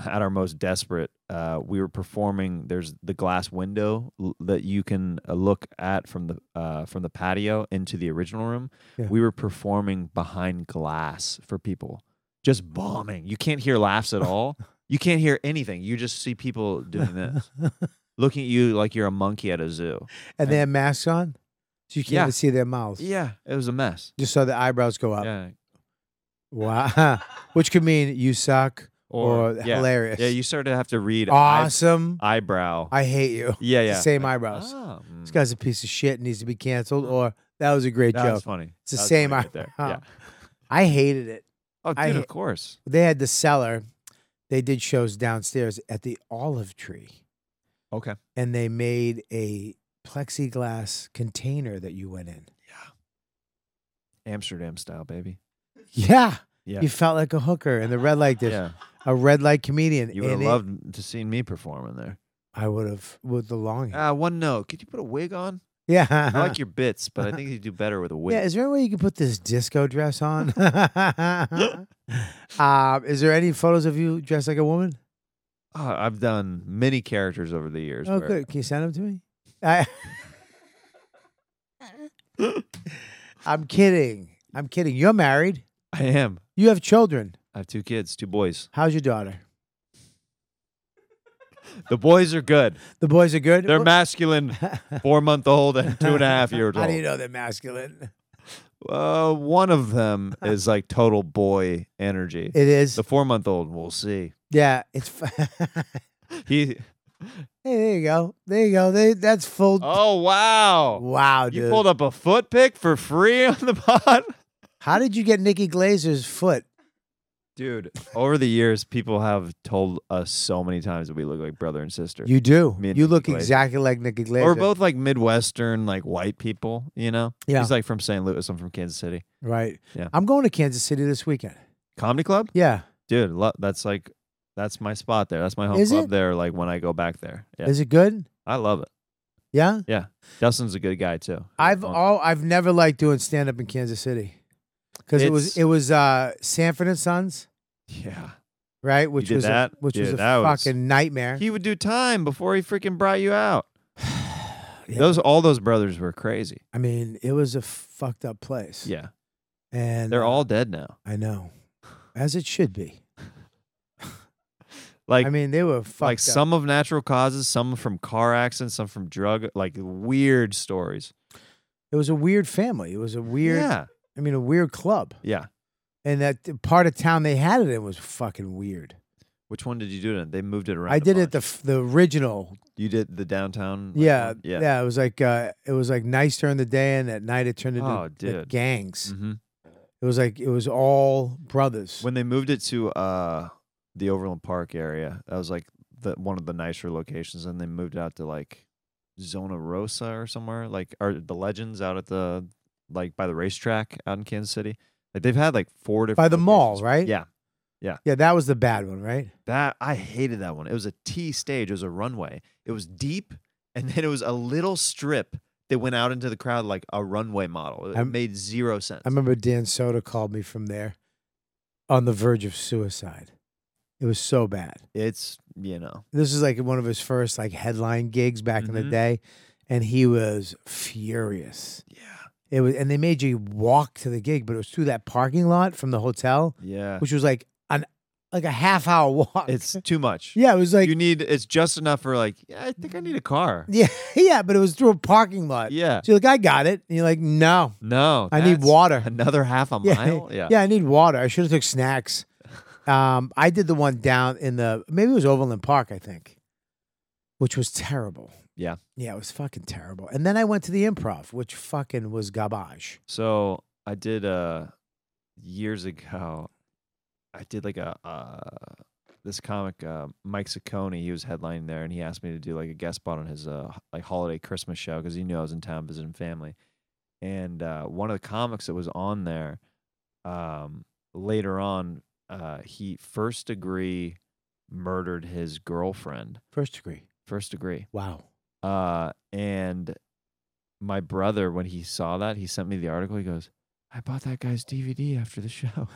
At our most desperate, uh, we were performing. There's the glass window l- that you can uh, look at from the uh, from the patio into the original room. Yeah. We were performing behind glass for people, just bombing. You can't hear laughs at all. you can't hear anything. You just see people doing this. looking at you like you're a monkey at a zoo. and they had masks on, so you can't Yeah. even see their mouths. Yeah, it was a mess. Just saw the eyebrows go up. Yeah, Wow. Which could mean you suck or, yeah, hilarious. Yeah, you started to have to read eye- awesome. eyebrow. I hate you. yeah, It's yeah. the same Like, eyebrows. Oh, mm, This guy's a piece of shit. Needs to be canceled. Or that was a great that was joke. funny. It's the That was same funny right eyebrow. there. Yeah. I hated it. Oh, dude, I hate- of course. They had the seller. they did shows downstairs at the Olive Tree, Okay. and they made a plexiglass container that you went in. Amsterdam style, baby. Yeah, Yeah. you felt like a hooker in the red light district, yeah. a red light comedian. You would have and it- loved to seen me perform in there. I would have with the long hair. Uh, one note. Could you put a wig on? yeah, I like your bits, but I think you do better with a wig. Uh-huh. Yeah, is there any way you can put this disco dress on? um, is there any photos of you dressed like a woman? Oh, I've done many characters over the years. Oh, where- good. Can you send them to me? I... I'm kidding. I'm kidding. You're married. I am. You have children. I have two kids, two boys. How's your daughter? The boys are good. The boys are good. They're Wh- masculine, four month old and two and a half years How do you old. know they're masculine? Uh, one of them is like total boy energy. It is. The four month old, we'll see. Yeah, it's. F- He. Hey, there you go. There you go. They, that's full. Oh wow! wow, dude. You pulled up a foot pick for free on the pod, How did you get Nikki Glazer's foot? dude. Over the years, people have told us so many times that we look like brother and sister. You do. Me and you Nikki look Glaser. exactly like Nikki Glazer. Or both like Midwestern, like white people, you know? Yeah. He's like from St. Louis. I'm from Kansas City. Right. Yeah. I'm going to Kansas City this weekend. Comedy club? Yeah. Dude, lo- that's like, that's my spot there. That's my home Is club it? there. Like when I go back there. Yeah. Is it good? I love it. Yeah. Dustin's a good guy too. Um, I've Well, all I've never liked doing stand up in Kansas City because it was It's- it was uh, Sanford and Sons, yeah. right? Which did was a, that? which was Yeah, a that was- fucking nightmare. He would do time before he freaking brought you out. Yeah. Those, all those brothers were crazy. I mean, it was a fucked up place. Yeah. and They're uh, all dead now. I know, as it should be. Like, I mean, they were fucked like up. some of natural causes, some from car accidents, some from drug, like weird stories. It was a weird family. It was a weird. Yeah. I mean, a weird club, Yeah. and that the part of town they had it in was fucking weird. Which one did you do it in? They moved it around. I a did bunch. it the f- the original You did the downtown. like, Yeah, one? yeah, It was like uh, it was like nice during the day, and at night it turned into Oh, the dude. gangs. Mhm. It was like it was all brothers. When they moved it to uh, the Overland Park area, that was like the one of the nicer locations, and they moved out to like Zona Rosa or somewhere, like or the Legends out at the like by the racetrack out in Kansas City. Like they've had like four different By the mall, locations. right? Yeah, yeah, that was the bad one, right? that I hated that one. It was a T stage. It was a runway. It was deep, and then it was a little strip that went out into the crowd like a runway model. It I'm- made zero sense. I remember Dan Soda called me from there, on the verge of suicide. It was so bad. it's you know This is like one of his first like headline gigs back in the Mhm. day, and he was furious. yeah. It was, and they made you walk to the gig, but it was through that parking lot from the hotel, Yeah. which was like an like a half hour walk. It's too much. yeah, it was like you need it's just enough for like, yeah, I think I need a car. Yeah, yeah, but it was through a parking lot. Yeah. So you're like, I got it. And you're like, no. No. I need that's water. Another half a Yeah. mile. Yeah. Yeah, I need water. I should have took snacks. Um, I did the one down in the maybe it was Overland Park, I think, which was terrible. Yeah. Yeah, it was fucking terrible. And then I went to the improv, which fucking was garbage. So I did uh years ago I did like a uh this comic uh, Mike Saccone, he was headlining there and he asked me to do like a guest spot on his uh h- like holiday Christmas show because he knew I was in town visiting family. And uh one of the comics that was on there um later on uh he first degree murdered his girlfriend. First degree. First degree. Wow. Uh, and my brother, when he saw that, he sent me the article. He goes, "I bought that guy's DVD after the show."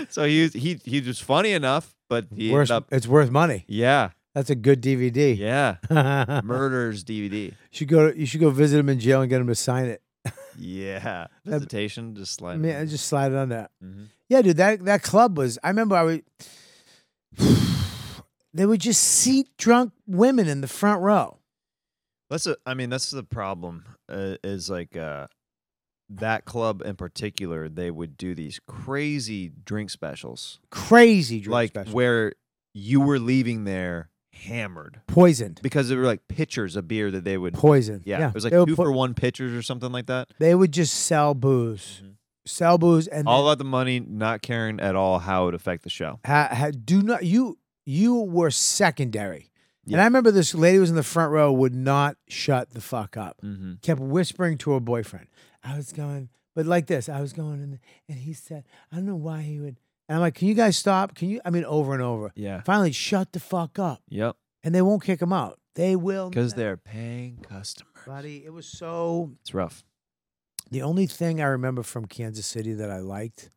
so he was, he he was funny enough, but he ended Worth- up, it's worth money. yeah, That's a good DVD. yeah, Yeah. murders DVD, should go you should go visit him in jail and get him to sign it. yeah, That- visitation, just I like mean, I just slide it on that. Mhm. Yeah, dude, that that club was. I remember I would. They would just seat drunk women in the front row. That's a, I mean, that's the problem. Uh, is like uh, that club in particular, they would do these crazy drink specials, Crazy drunk like special. where you were leaving there hammered. poisoned, because they were like pitchers of beer that they would. poisoned. Yeah, it was like they would two put- for one pitchers or something like that. They would just sell booze, sell booze, and Mm-hmm. all about the money, not caring at all how it affect the show. ha, ha, do not you you were secondary. And Yeah. I remember this lady was in the front row would not shut the fuck up. Mm-hmm. Kept whispering to her boyfriend. I was going, but like this, I was going, and, and he said, I don't know why he would. And I'm like, can you guys stop? Can you? I mean, over and over. Yeah. Finally, shut the fuck up, Yep. and they won't kick him out. They will. Because not. they're paying customers. buddy, it was so. It's rough. The only thing I remember from Kansas City that I liked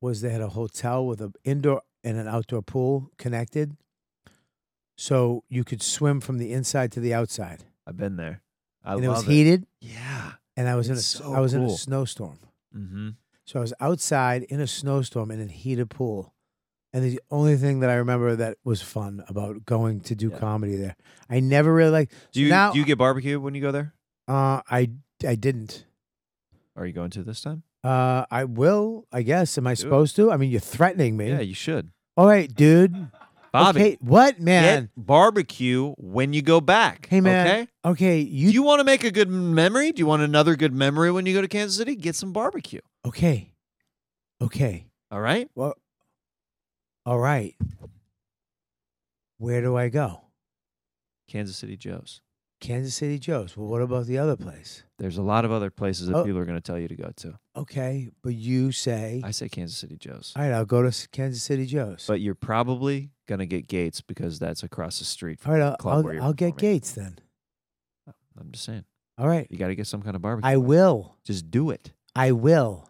was they had a hotel with an indoor and an outdoor pool connected. So you could swim from the inside to the outside. I've been there. I and it was love heated Yeah. and I was It's in a so I was in a cool. snowstorm. Mm-hmm. So I was outside in a snowstorm in a heated pool. And the only thing that I remember that was fun about going to do Yeah. comedy there. I never really liked Do you now- do you get barbecue when you go there? uh I I didn't. Are you going to this time? Uh I will, I guess. Am I Do it. supposed to? I mean you're threatening me. Yeah, you should. All right, dude. Bobby, Okay, what get man? barbecue when you go back. Hey man. Okay. Okay, you, Do you want to make a good memory? Do you want another good memory when you go to Kansas City? Get some barbecue. okay. Okay. All right. Well all right. Where do I go? Kansas City Joe's. Kansas City Joe's. Well, what about the other place? There's a lot of other places that Oh. people are going to tell you to go to. Okay, but you say, I say Kansas City Joe's. all right, I'll go to S- Kansas City Joe's. But you're probably going to get Gates because that's across the street all from right, the I'll, club where I'll, you're I'll get performing. Gates then. I'm just saying. All right, You got to get some kind of barbecue. I will. Just do it. I will.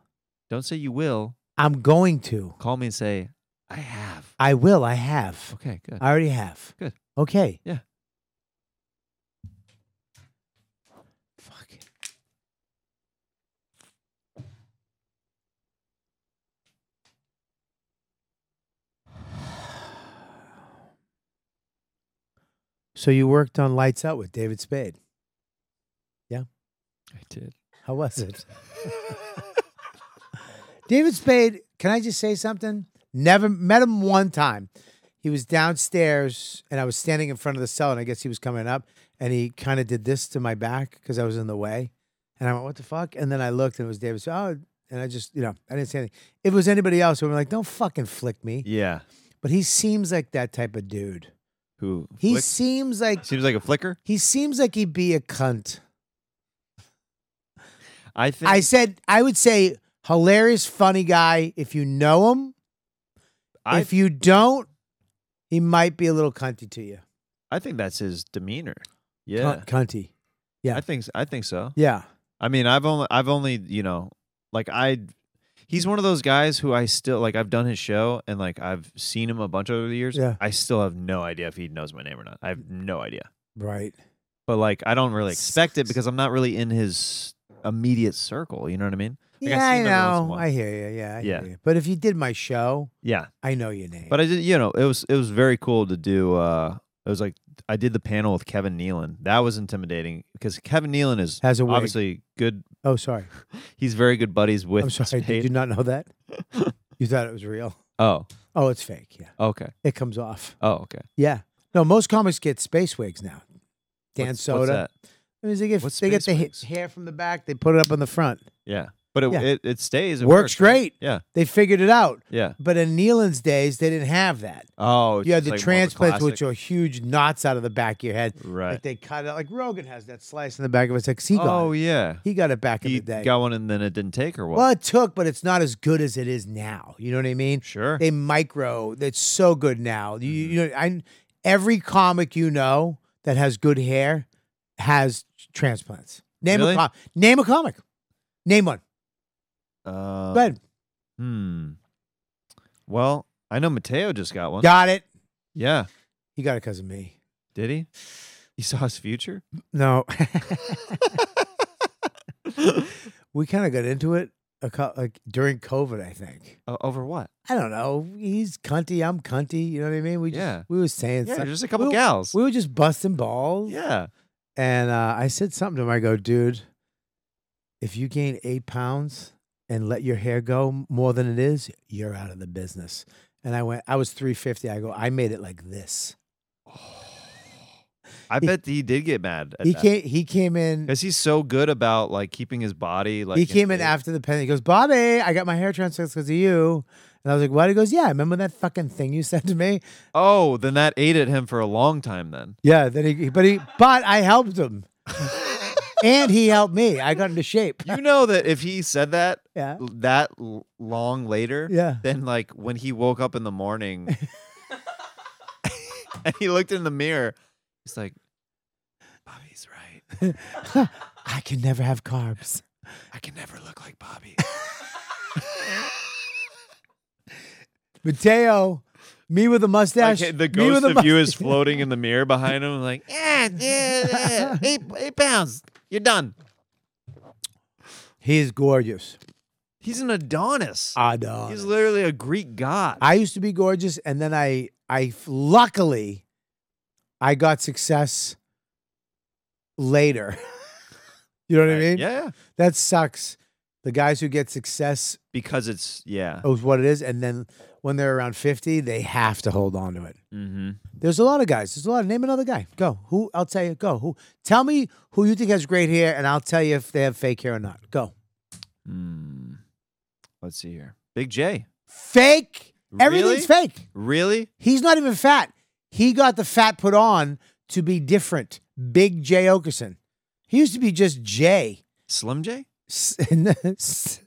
Don't say you will. I'm going to. Call me and say, I have. I will. I have. Okay, good. I already have. Good. Okay. Yeah. Fuck. it. So you worked on Lights Out with David Spade. I did. How was it? David Spade, can I just say something? Never met him one time. He was downstairs and I was standing in front of the cell and I guess he was coming up and he kind of did this to my back because I was in the way. And I went, what the fuck? And then I looked and it was David Spade. Oh, and I just, you know, I didn't say anything. If it was anybody else, we were like, don't fucking flick me. Yeah. But he seems like that type of dude. Who? He flick- seems like seems like a flicker. he seems like he'd be a cunt. I think. I said I would say hilarious, funny guy if you know him. I, if you don't, he might be a little cunty to you. I think that's his demeanor. Yeah. Cunt- cunty. yeah. I think. s- I think so. Yeah. I mean, I've only, I've only, you know, like I, he's one of those guys who I still like. I've done his show and like I've seen him a bunch over the years. Yeah. I still have no idea if he knows my name or not. I have no idea. Right. But like, I don't really expect it because I'm not really in his immediate circle. You know what I mean? Like, I yeah, I, seen him every once in a know. while. I hear you. Yeah. I hear Yeah. you. But if you did my show, Yeah. I know your name. But I did, you know, it was it was very cool to do. uh It was like I did the panel with Kevin Nealon. That was intimidating because Kevin Nealon is Has a wig. obviously good. oh, sorry. He's very good buddies with. I'm sorry. Spade. Did you not know that? you thought it was real? Oh, Oh, it's fake. Yeah. okay. It comes off. Oh, okay. Yeah. No, most comics get space wigs now. Dan What's- Soda. What's that? I mean, they get What's they get the space ha- wigs? hair from the back. They put it up on the front. Yeah, but it Yeah. it, it stays. It Works great. Yeah. They figured it out. Yeah. But in Nealon's days, they didn't have that. Oh, You had the transplants, which are huge knots out of the back of your head. right. Like they cut it, like Rogan has that slice in the back of his head. 'cause He got, Oh it. yeah, he got it back he in the day. got one and then it didn't take or what? well, it took, but it's not as good as it is now. You know what I mean? Sure. They micro. That's so good now. You, Mm-hmm. you know, I every comic you know that has good hair has transplants. Name Really? a com- name a comic. Name one. Uh, Go ahead. Hmm. Well, I know Mateo just got one. Got it. Yeah. He got it because of me. Did he? He saw his future. No. we kind of got into it a co- like during COVID, I think. O- over what? I don't know. He's cunty. I'm cunty. You know what I mean? We just, Yeah. we was saying Yeah, something. just a couple we, were- gals. We were just busting balls. yeah. And uh, I said something to him. I go, dude, if you gain eight pounds and let your hair go more than it is, you're out of the business. And I went, I was 350. I go, I made it like this. I He- bet he did get mad. At He came. He came in. because he's so good about like keeping his body. Like he came in shape. after the pen. He goes, Bobby, I got my hair transfixed because of you. And I was like, what? He goes, yeah. Remember that fucking thing you said to me? Oh, then that ate at him for a long time. Then Yeah. Then he, but he, but I helped him, and he helped me. I got into shape. you know that if he said that Yeah. l- that l- long later, Yeah. then like when he woke up in the morning and he looked in the mirror, he's like, Bobby's right. I can never have carbs. I can never look like Bobby. Mateo, me with a mustache. Like, the me with ghost a of you is mustache. floating in the mirror behind him, like, yeah, yeah, yeah, eight, eight pounds. You're done. He is gorgeous. He's an Adonis. Adonis. He's literally a Greek god. I used to be gorgeous, and then I, I f- luckily, I got success later. you know what I mean? Yeah. That sucks. The guys who get success Because it's, yeah. is what it is, and then when they're around fifty, they have to hold on to it. Mm-hmm. There's a lot of guys. There's a lot. Name another guy. Go. Who? I'll tell you. Go. Who? Tell me who you think has great hair, and I'll tell you if they have fake hair or not. Go. Mm. Let's see here. Big J. Fake. Everything's Really? fake. Really? He's not even fat. He got the fat put on to be different. Big Jay Okerson. He used to be just Jay. Slim J? S-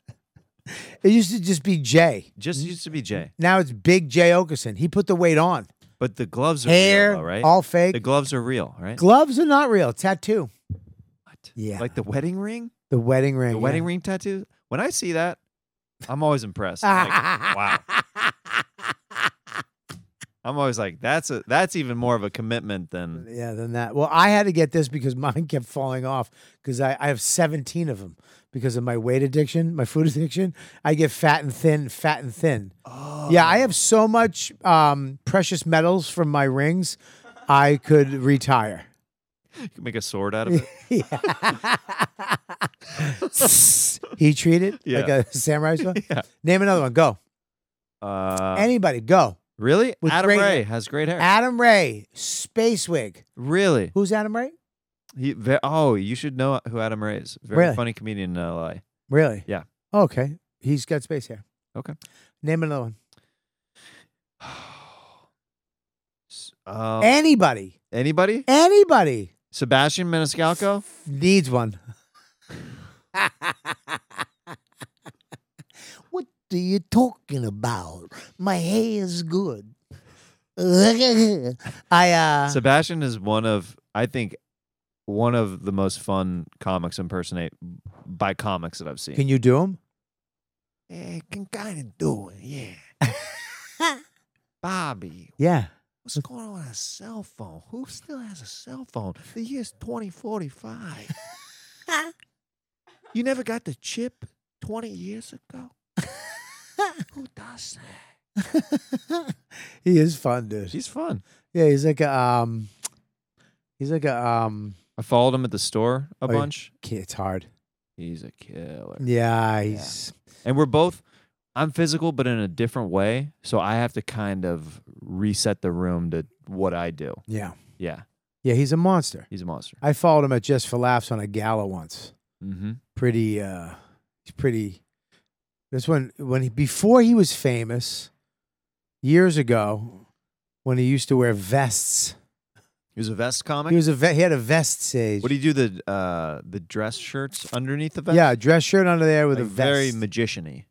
it used to just be Jay. Just used to be J. Now it's Big Jay Okerson. He put the weight on. But the gloves are Hair, real, though, right? all the fake. gloves are real, right? Gloves are not real. Tattoo. What? Yeah. Like the wedding ring? The wedding ring. The yeah. wedding ring tattoo? When I see that, I'm always impressed. I'm like, wow. I'm always like, that's a that's even more of a commitment than Yeah, than that. Well, I had to get this because mine kept falling off because I, I have 17 of them because of my weight addiction, my food addiction. I get fat and thin, fat and thin. Yeah, I have so much um, precious metals from my rings, I could retire. you can make a sword out of it. he treated Yeah. like a samurai sword. Yeah. Name another one. Go. Uh, Anybody, go. really? with Adam great- Ray has great hair. Adam Ray, Space Wig. really? Who's Adam Ray? He, ve- oh, you should know who Adam Ray is. Very Really? funny comedian in LA. Really? Yeah. Oh, okay. He's got space hair. Okay. Name another one. S- um, anybody, anybody? anybody Sebastian Maniscalco? needs one. what are you talking about? My hair is good. I uh Sebastian is one of I think one of the most fun comics impersonate by comics that I've seen. can you do him? I can kind of do it, yeah. Bobby, Yeah. what's going on with a cell phone? Who still has a cell phone? The year's 2045. you never got the chip 20 years ago? Who does that? he is fun, dude. He's fun. Yeah, he's like a um he's like a um I followed him at the store a Oh, yeah. bunch. kid- it's hard. He's a killer. Yeah, he's And we're both I'm physical but in a different way, so I have to kind of reset the room to what I do. yeah. Yeah. Yeah, he's a monster. He's a monster. I followed him at Just for Laughs on a gala once. Mhm. Pretty, uh, he's pretty. This one, when he, before he was famous, years ago, when he used to wear vests, He was a vest comic. he was a ve- he had a vest stage. what do you do the uh the dress shirts underneath the vest? Yeah, a dress shirt under there with Like a vest. very magician-y.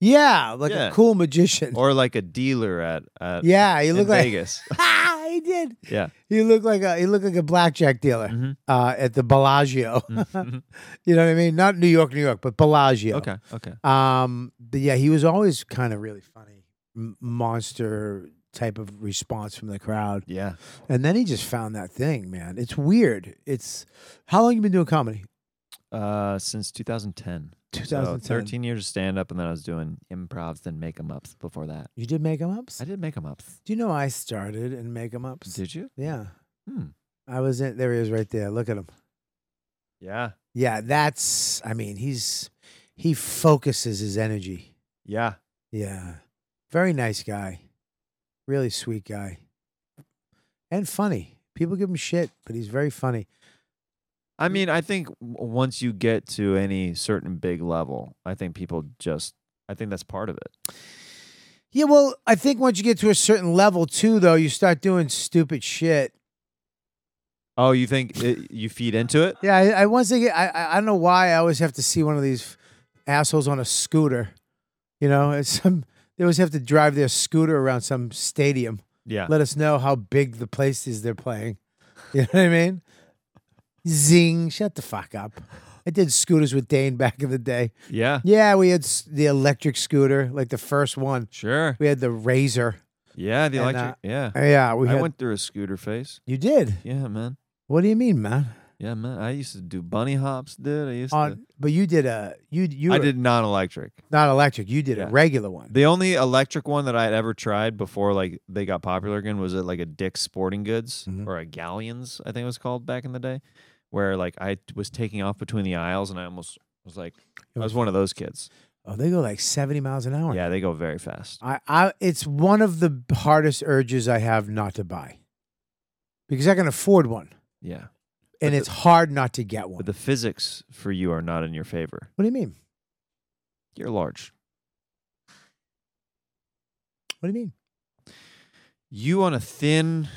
yeah, like Yeah. a cool magician. or like a dealer at, at yeah, he in looked like Vegas. ah, he did. yeah. He looked like a he looked like a blackjack dealer Mhm. uh, at the Bellagio. Mhm. you know what I mean? Not New York, New York, but Bellagio. Okay. Okay. Um, but yeah, he was always kind of really funny, m- monster type of response from the crowd. Yeah. And then he just found that thing, man. It's weird. It's how long you been doing comedy? Uh, since 2010. So 2010. 13 years of stand up, and then I was doing improvs, then make em ups before that. You did make em ups. I did make em ups. Do you know I started in make em ups? Did you? Yeah, Hmm. I was in. There he is, right there. Look at him. Yeah. Yeah, that's. I mean, he's he focuses his energy. Yeah. Yeah, very nice guy, really sweet guy, and funny. People give him shit, but he's very funny. I mean, I think w- once you get to any certain big level, I think people just, I think that's part of it. Yeah, well, I think once you get to a certain level too, though, you start doing stupid shit. Oh, you think it, you feed into it? Yeah, I, I once again, I- I I don't know why I always have to see one of these assholes on a scooter. You know, it's some they always have to drive their scooter around some stadium. Yeah. Let us know how big the place is they're playing. You know what I mean? Zing! Shut the fuck up. I did scooters with Dane back in the day. Yeah. Yeah, we had s- the electric scooter, like the first one. Sure. We had the Razor. Yeah. The And, electric. uh, yeah. Yeah, we I had. went through a scooter phase. you did. Yeah, man. What do you mean, man? Yeah, man. I used to do bunny hops, dude. I used On, but you did a you you to. I were did non electric. not electric. You did Yeah. a regular one. The only electric one that I had ever tried before like they got popular again was at like a Dick's Sporting Goods Mhm. or a Galleons, I think it was called back in the day, where like I t- was taking off between the aisles and I almost was like I was one of those kids. Oh, they go like seventy miles an hour. Yeah, they go very fast. I, I it's one of the hardest urges I have not to buy because I can afford one, Yeah, and the- it's hard not to get one. but the physics for you are not in your favor. what do you mean? You're large. What do you mean? You on a thin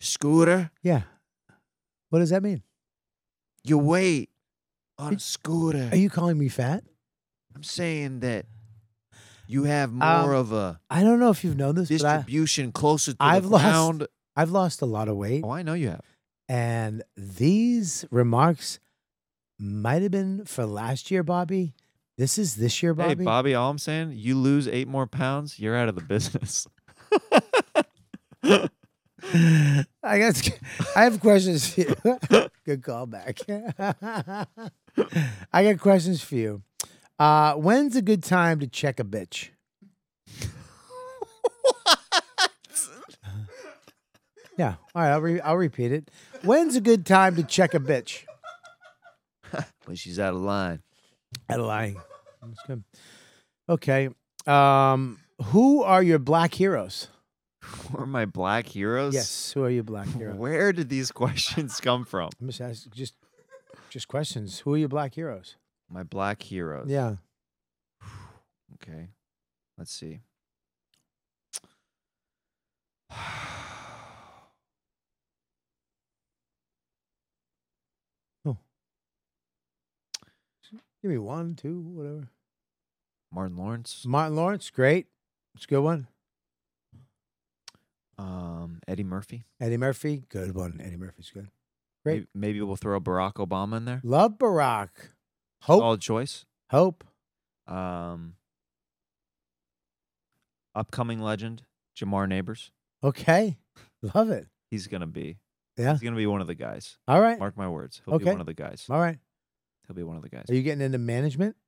scooter. Yeah. What does that mean? You wait on a scooter. Are you calling me fat? I'm saying that you have more Um, of a I don't know if you've known this, but I, distribution closer to I've the lost- ground. I've lost a lot of weight, Oh, I know you have. and these remarks might have been for last year, Bobby. This is this year, Hey, Bobby, all I'm saying, you lose eight more pounds, you're out of the business. I guess I have questions for you. Good callback. I got questions for you. Uh, when's a good time to check a bitch? Yeah. All right. I'll, re- I'll repeat it. When's a good time to check a bitch? When she's out of line. At lying. That's good. Okay. Um, who are your black heroes? Were my black heroes? Yes. Who are your black heroes? Where did these questions come from? I'm just asking, just, just questions. Who are your black heroes? My black heroes. Yeah. Okay. Let's see. Give me one, two, whatever. Martin Lawrence. Martin Lawrence, great. It's a good one. Um, Eddie Murphy. Eddie Murphy, good one. Eddie Murphy's good. May- Great. Maybe, we'll throw Barack Obama in there. Love Barack. Hope. Solid choice. Hope. Um, upcoming legend, Jamar Neighbors. Okay. Love it. He's gonna be. Yeah. He's gonna be one of the guys. All right. Mark my words. He'll be Okay. one of the guys. All right. He'll be one of the guys. Are you getting into management?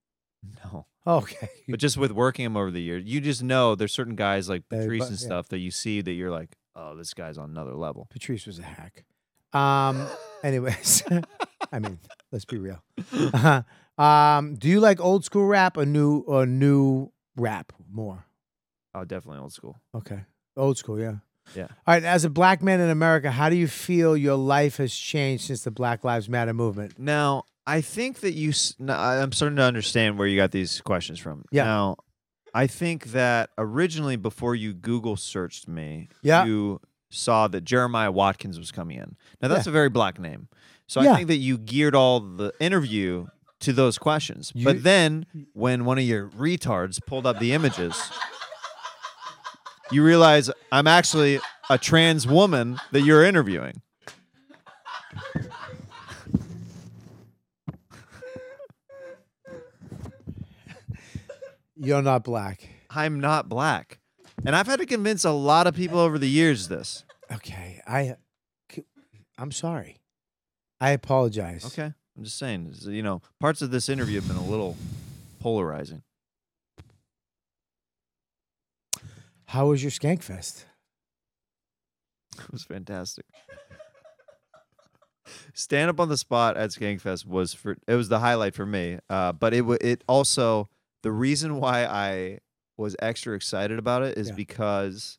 Oh, No. Okay. But just with working him over the years, you just know there's certain guys like They Patrice bu- and yeah. stuff that you see that you're like, oh, this guy's on another level. Patrice was a hack. Um. Anyways, I mean, let's be real. Uh-huh. um. Do you like old school rap or new or new rap more? Oh, definitely old school. Okay. Old school, yeah. Yeah. All right. As a black man in America, how do you feel your life has changed since the Black Lives Matter movement? Now, I think that you, s- now, I- I'm starting to understand where you got these questions from. Yeah. Now, I think that originally before you Google searched me, Yeah. you saw that Jeremiah Watkins was coming in. Now, that's a very black name. So Yeah. I think that you geared all the interview to those questions. You- but then when one of your retards pulled up the images, you realize I'm actually a trans woman that you're interviewing. You're not black. I'm not black. And I've had to convince a lot of people over the years this. Okay. I. c- I'm sorry. I apologize. Okay. I'm just saying, is- you know, parts of this interview have been a little polarizing. How was your skank fest? It was fantastic. Stand up on the spot at Skankfest was for it was the highlight for me. Uh, but it wa- it also the reason why I was extra excited about it is Yeah. because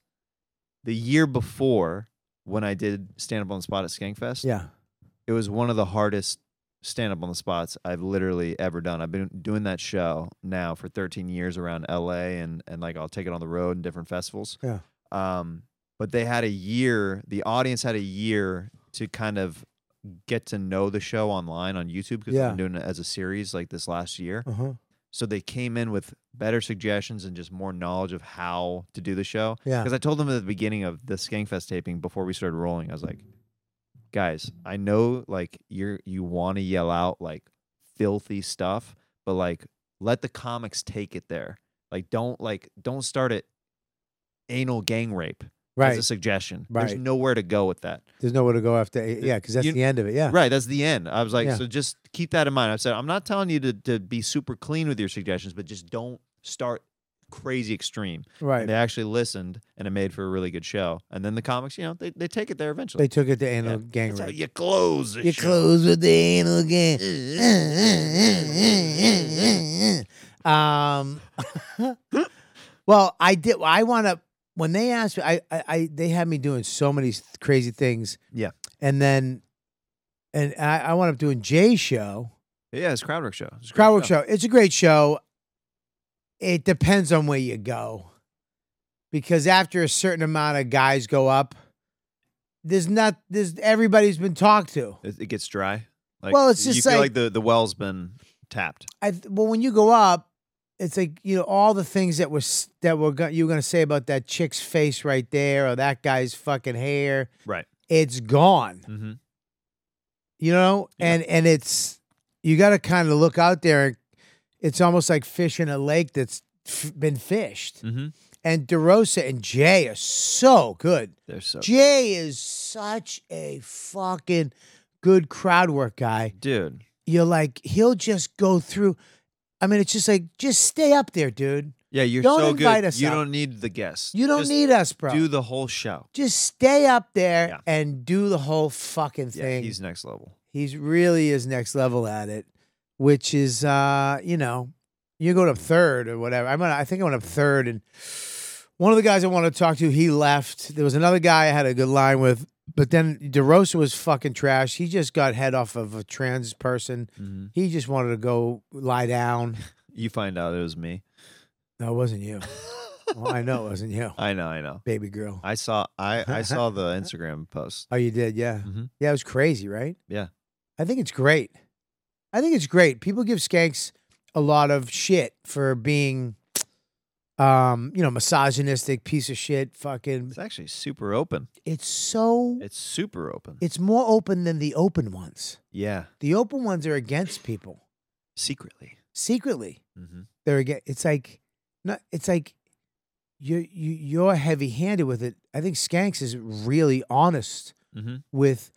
the year before when I did stand up on the spot at Skankfest. Yeah. It was one of the hardest stand up on the spots I've literally ever done. I've been doing that show now for 13 years around LA and and like I'll take it on the road and different festivals. Yeah. Um, but they had a year, the audience had a year to kind of get to know the show online on YouTube because Yeah. I've been doing it as a series like this last year. Uh huh. So they came in with better suggestions and just more knowledge of how to do the show. Yeah. Because I told them at the beginning of the Skankfest taping before we started rolling, I was like, guys, I know like you're you want to yell out like filthy stuff, but like let the comics take it there. Like don't like don't start at anal gang rape as Right. a suggestion. Right. There's nowhere to go with that. There's nowhere to go after. Yeah, because that's You- the end of it. Yeah. Right, that's the end. I was like, Yeah. so just keep that in mind. I said, I'm not telling you to, to be super clean with your suggestions, but just don't start crazy extreme. Right. And uh, they actually listened and it made for a really good show. And then the comics, you know, they, they take it there eventually. They took it to anal Yeah. gang That's how rape. you close the You show. close with the anal gang. um. well, I did. I want to. When they asked me, I, I, I, they had me doing so many s- crazy things. Yeah. And then, and I, I wound up doing Jay's show. Yeah, it's crowd work show. It's a great Crowd work show. It's a great show. It depends on where you go, because after a certain amount of guys go up, there's not. There's everybody's been talked to. It, it gets dry. Like, Well, it's you just feel like- like the, the well's been tapped. I th- well, when you go up, it's like you know all the things that was that were go- you were gonna say about that chick's face right there or that guy's fucking hair. Right. It's gone. Mm-hmm. you know Yeah. and and it's you got to kind of look out there and it's almost like fish in a lake that's f- been fished Mm-hmm. and derosa and jay are so good They're so jay is such a fucking good crowd work guy dude. you're like he'll just go through i mean it's just like just stay up there dude Yeah, you're Don't so invite good. us you up. don't need the guests. you don't Just need us bro do the whole show. just stay up there Yeah. and do the whole fucking Yeah, thing he's next level. he's really is next level at it, which is uh, you know, you go up third or whatever. I'm gonna, I think I went up third, and one of the guys I wanted to talk to, he left. There was another guy I had a good line with, but then DeRosa was fucking trash. He just got head off of a trans person. Mhm. He just wanted to go lie down. You find out it was me. No, it wasn't you. well, I know it wasn't you, I know, I know. baby girl. I saw I I saw the Instagram post. Oh, you did, yeah. Mhm. Yeah, it was crazy, right? Yeah. I think it's great. I think it's great. People give skanks a lot of shit for being um, you know, misogynistic, piece of shit, fucking It's actually super open. it's so It's super open. it's more open than the open ones. yeah, The open ones are against people secretly. secretly. Mm-hmm. They're against it's like not it's like you you you're heavy handed with it. I think skanks is really honest Mm-hmm. with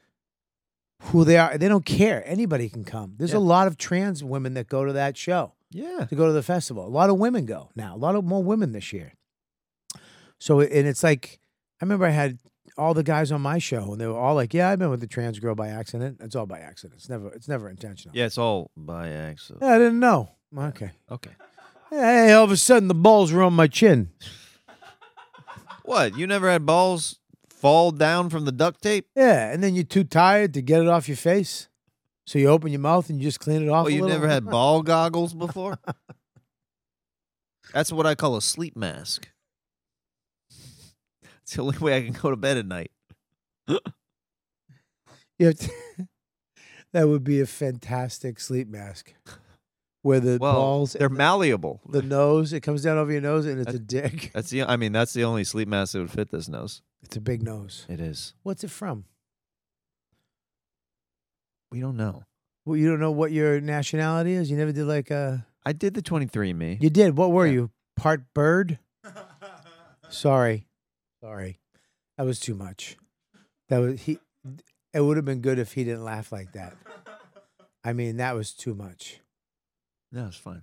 who they are. They don't care. Anybody can come. There's a Yeah. lot of trans women that go to that show, Yeah. to go to the festival. A lot of women go now. A lot of more women this year. So and it's like I remember I had all the guys on my show and they were all like, "Yeah, I've been with a trans girl by accident. It's all by accident. It's never it's never intentional." Yeah, it's all by accident. "Yeah, I didn't know. Okay. Okay. Hey, all of a sudden the balls were on my chin. What? You never had balls fall down from the duct tape? Yeah, and then you're too tired to get it off your face, so you open your mouth and you just clean it off. Oh, a you little. never had ball goggles before? That's what I call a sleep mask. It's the only way I can go to bed at night. You have to- that would be a fantastic sleep mask, where the Well, balls, they're malleable. the nose, it comes down over your nose, and it's a dick. That's the. I mean, that's the only sleep mask that would fit this nose. It's a big nose. It is. What's it from? We don't know. Well, you don't know what your nationality is. You never did like a. I did the 23andMe. You did. What were Yeah. you? Part bird. Sorry, sorry, that was too much. That was he. It would have been good if he didn't laugh like that. I mean, that was too much. No, it's fine.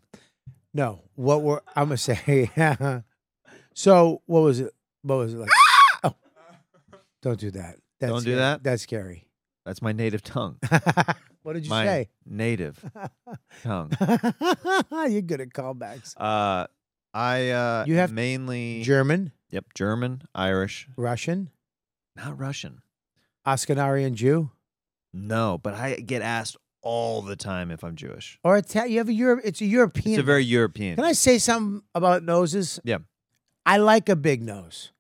No, what were I'm gonna say? so what was it? What was it like? oh, don't do that. That's Don't do scary. that? That's scary. That's my native tongue. what did you my say? native tongue. You're good at callbacks. Uh, I uh, You have mainly German, yep German, Irish, Russian, not Russian. Askanarian Jew? No, but I get asked all the time if I'm Jewish. Or Italian? You have a Europe? It's a European. It's a very European. Can I say something about noses? Yeah. I like a big nose.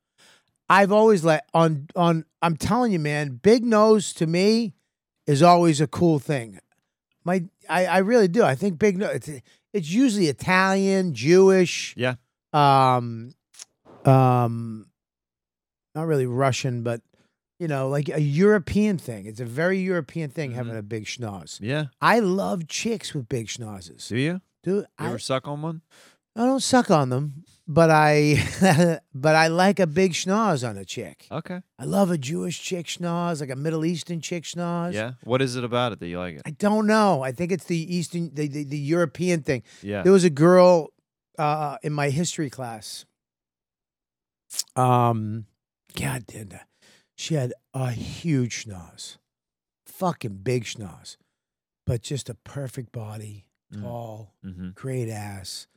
I've always like on on. I'm telling you, man, big nose to me is always a cool thing. My, I, I really do. I think big nose. It's, it's usually Italian, Jewish. Yeah. Um, um, not really Russian, but you know, like a European thing. It's a very European thing Mm-hmm. having a big schnoz. yeah. I love chicks with big schnozzes. Do you? You Dude, I, ever suck on one? I don't suck on them, but I but I like a big schnoz on a chick. Okay. I love a Jewish chick schnoz, like a Middle Eastern chick schnoz. Yeah. What is it about it that you like it? I don't know. I think it's the Eastern, the, the, the European thing. Yeah. There was a girl uh, in my history class. Um, God damn that. She had a huge schnoz, fucking big schnoz, but just a perfect body, Mm. tall, hmm great ass.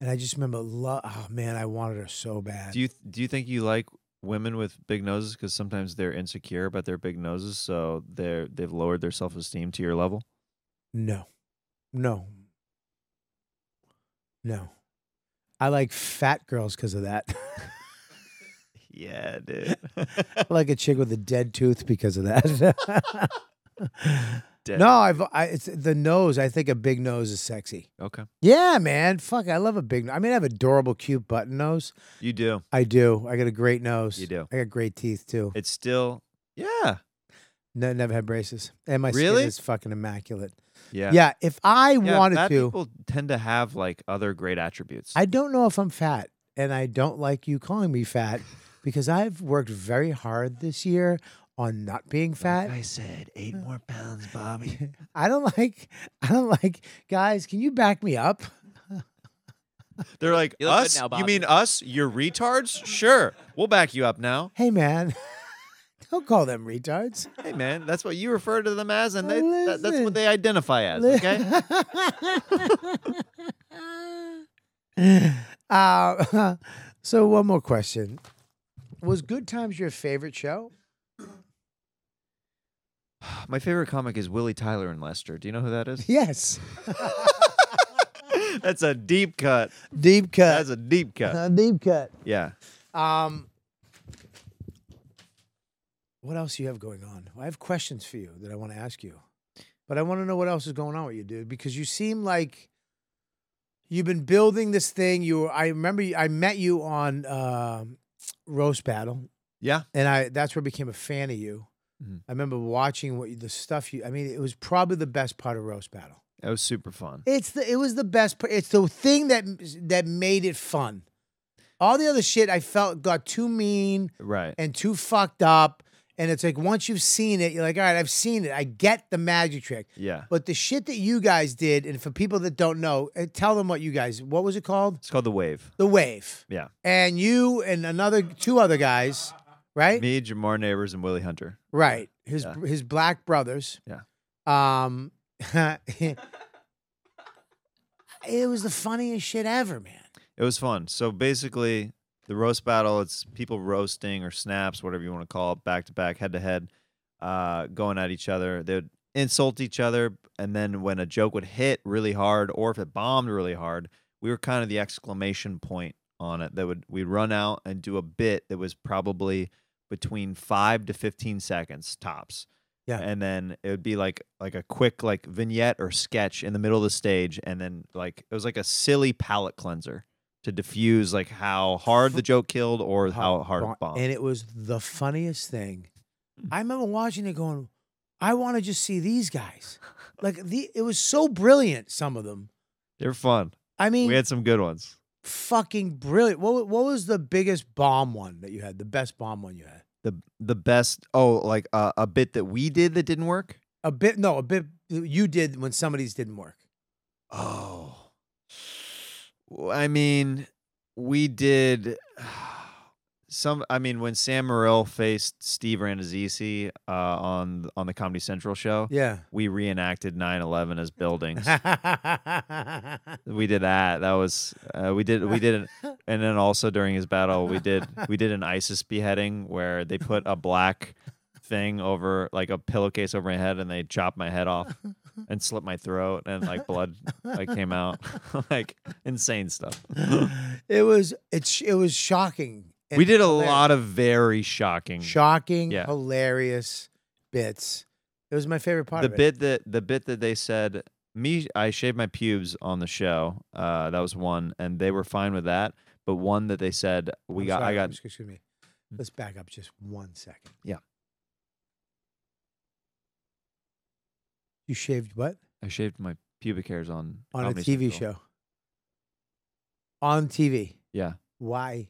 And I just remember, lo- oh man, I wanted her so bad. Do you do you think you like women with big noses because sometimes they're insecure about their big noses, so they're they've lowered their self esteem to your level? no, no, no. I like fat girls because of that. Yeah, dude. I like a chick with a dead tooth because of that. no, I've I, it's the nose. I think a big nose is sexy. Okay. Yeah, man. Fuck, I love a big. I mean, I have a adorable, cute button nose. You do. I do. I got a great nose. You do. I got great teeth too. It's still. Yeah. Ne- never had braces, and my Really? skin is fucking immaculate. Yeah. Yeah. if I Yeah, wanted fat to, People tend to have like other great attributes. I don't know if I'm fat, and I don't like you calling me fat because I've worked very hard this year on not being fat. I said, eight more pounds, Bobby. I don't like. I don't like. Guys, can you back me up? They're like You look good us. now, you Bob." mean us? You're retards? Sure, we'll back you up now. Hey, man. Don't call them retards. Hey man, that's what you refer to them as, and they, Well, that, that's listen. what they identify as. Li- Okay. uh, so one more question: Was Good Times your favorite show? My favorite comic is Willie Tyler and Lester. Do you know who that is? Yes. that's a deep cut. Uh-huh. Deep cut. That's a deep cut. deep cut. Yeah. Um, what else you have going on? I have questions for you that I want to ask you, but I want to know what else is going on with you, dude, because you seem like you've been building this thing. You, were, I remember, you, I met you on um roast battle, Yeah. and I that's where I became a fan of you. Mhm. I remember watching what you, the stuff you. I mean, it was probably the best part of roast battle. That was super fun. It's the it was the best. part. It's the thing that that made it fun. All the other shit I felt got too mean Right. and too fucked up. And it's like once you've seen it, you're like, all right, I've seen it. I get the magic trick. Yeah. But the shit that you guys did, and for people that don't know, eh, tell them what you guys. What was it called? It's called the wave. The Wave. Yeah. And you and another two other guys, right? Me, Jamar Neighbors, and Willie Hunter. Right. His Yeah. his black brothers. Yeah. Um it was the funniest shit ever, man. It was fun. So basically, the roast battle, it's people roasting or snaps, whatever you want to call it, back to back, head to head, uh, going at each other. They would insult each other. And then when a joke would hit really hard or if it bombed really hard, we were kind of the exclamation point on it that would we'd run out and do a bit that was probably between five to 15 seconds tops Yeah. and then it would be like like a quick like vignette or sketch in the middle of the stage and then like it was like a silly palate cleanser to diffuse like how hard the joke killed or how hard Bon- it bombed And it was the funniest thing. I remember watching it going, I want to just see these guys. Like the it was so brilliant, some of them. they were fun I mean we had some good ones fucking brilliant. What wa- what was the biggest bomb one that you had? The best bomb one you had? the the best oh like uh, a bit that we did that didn't work A bit no, a bit you did when somebody's didn't work. Oh. W- I mean, we did some I mean when Sam Morril faced Steve Randazisi uh on th- on the Comedy Central show, Yeah. we reenacted 9/11 as buildings. we did that. That was uh, we did we did it and then also during his battle we did we did an ISIS beheading where they put a black thing over like a pillowcase over my head and they chopped my head off and slit my throat and like blood like came out. like insane stuff. it was it's it was shocking. and we did a hilarious. lot of very shocking shocking, Yeah. hilarious bits. It was my favorite part. the of it. bit that the bit that they said me I shaved my pubes on the show. Uh, that was one, and they were fine with that. But one that they said we I'm got sorry, I got Hmm. Excuse, excuse me. Let's back up just one second. Yeah. You shaved what I shaved my pubic hairs on on a Comedy TV Central. show? On TV. Yeah, Why?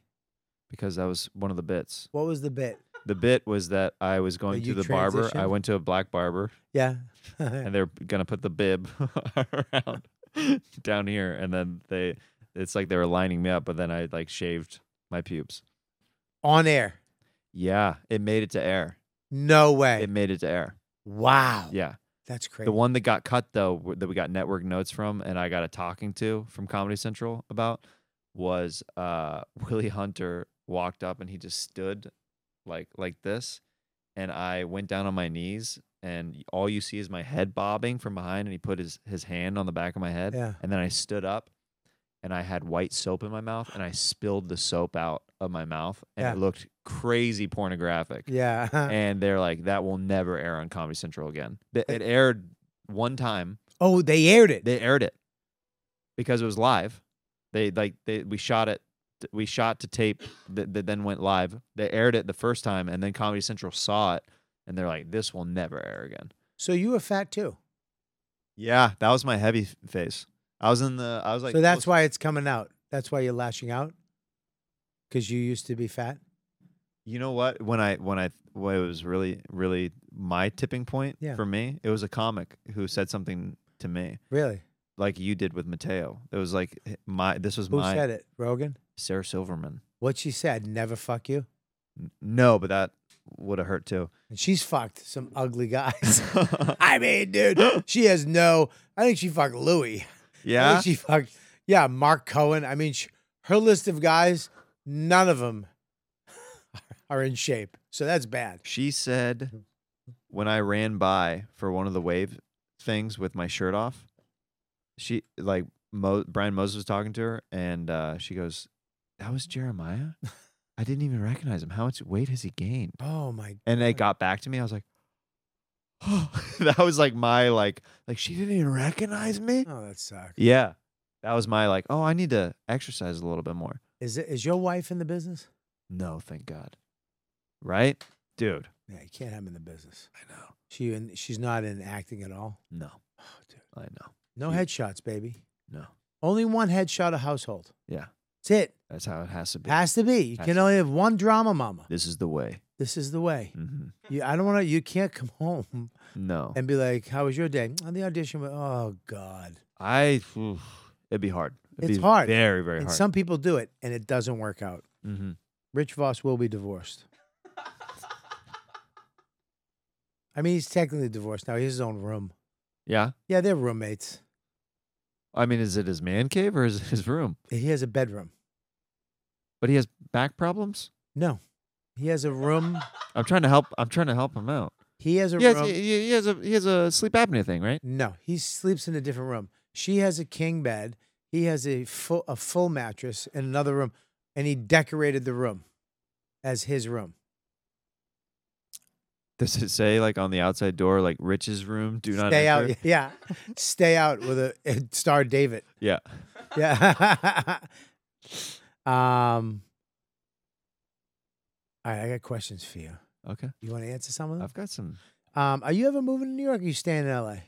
because that was one of the bits. What was the bit? The bit was that I was going to you the barber. I transitioned? went to a black barber, Yeah. and they're gonna put the bib around down here, and then they it's like they were lining me up, but then I like shaved my pubes. on air. Yeah, it made it to air. No way. It made it to air. wow. Yeah. That's crazy. The one that got cut though, w- that we got network notes from, and I got a talking to from Comedy Central about, was uh, Willie Hunter walked up and he just stood, like like this, and I went down on my knees, and y- all you see is my head bobbing from behind, and he put his his hand on the back of my head, Yeah. and then I stood up, and I had white soap in my mouth, and I spilled the soap out of my mouth, and Yeah. it looked crazy pornographic Yeah. and they're like, that will never air on Comedy Central again. Th- I- It aired one time. oh, they aired it. They aired it because it was live. They like they we shot it. We shot to tape that, that then went live. They aired it the first time, and then Comedy Central saw it, and they're like, "This will never air again." so you were fat too. Yeah, that was my heavy f- face. I was in the. I was like, so that's close- why it's coming out. That's why you're lashing out. Because you used to be fat. You know what? When I when I when it was really really my tipping point Yeah. for me, it was a comic who said something to me. Really? like you did with Mateo. It was like h- my this was Who my said it? Rogan? Sarah Silverman. What she said, never fuck you. N- No, but that would have hurt too. And she's fucked some ugly guys. I mean, dude, she has no. I think she fucked Louis. I yeah. think she fucked. Yeah, Mark Cohen. I mean, sh her list of guys, none of them are in shape. So that's bad. She said when I ran by for one of the wave things with my shirt off, she like Mo, Brian Moses was talking to her and uh, she goes, "That was Jeremiah. I didn't even recognize him. How much weight has he gained?" Oh my. and it got back to me. I was like, that was like my like like she didn't even recognize me. Oh, that sucks. Yeah, that was my like. Oh, I need to exercise a little bit more. Is it? Is your wife in the business? No, thank God. Right, dude. Yeah, you can't have him in the business. I know. She and she's not in acting at all. No, Oh, dude. I know. No Yeah. headshots, baby. No. Only one headshot a household. Yeah, That's it. that's how it has to be. Has to be. You Has can to only have one drama mama. This is the way. This is the way. hmm You, I don't want to. You can't come home No, and be like, "How was your day?" On the audition, went, oh god. I. oof, it'd be hard. It'd It's be hard. Very, very and hard. some people do it, and it doesn't work out. hmm Rich Voss will be divorced. I mean, he's technically divorced now. He has his own room. Yeah. Yeah, they're roommates. I mean, is it his man cave or is it his room? He has a bedroom. But he has back problems. No, he has a room. I'm trying to help. I'm trying to help him out. He has a He has, room. he, he has a he has a sleep apnea thing, right? No, he sleeps in a different room. She has a king bed. He has a full a full mattress in another room, and he decorated the room as his room. Does it say like on the outside door, like Rich's room? Do not stay enter? out. Yeah, stay out with a, a star David. Yeah. Yeah. um. All right, I got questions for you. Okay. You want to answer some of them? I've got some. Um, are you ever moving to New York? Or are you staying in L.A.?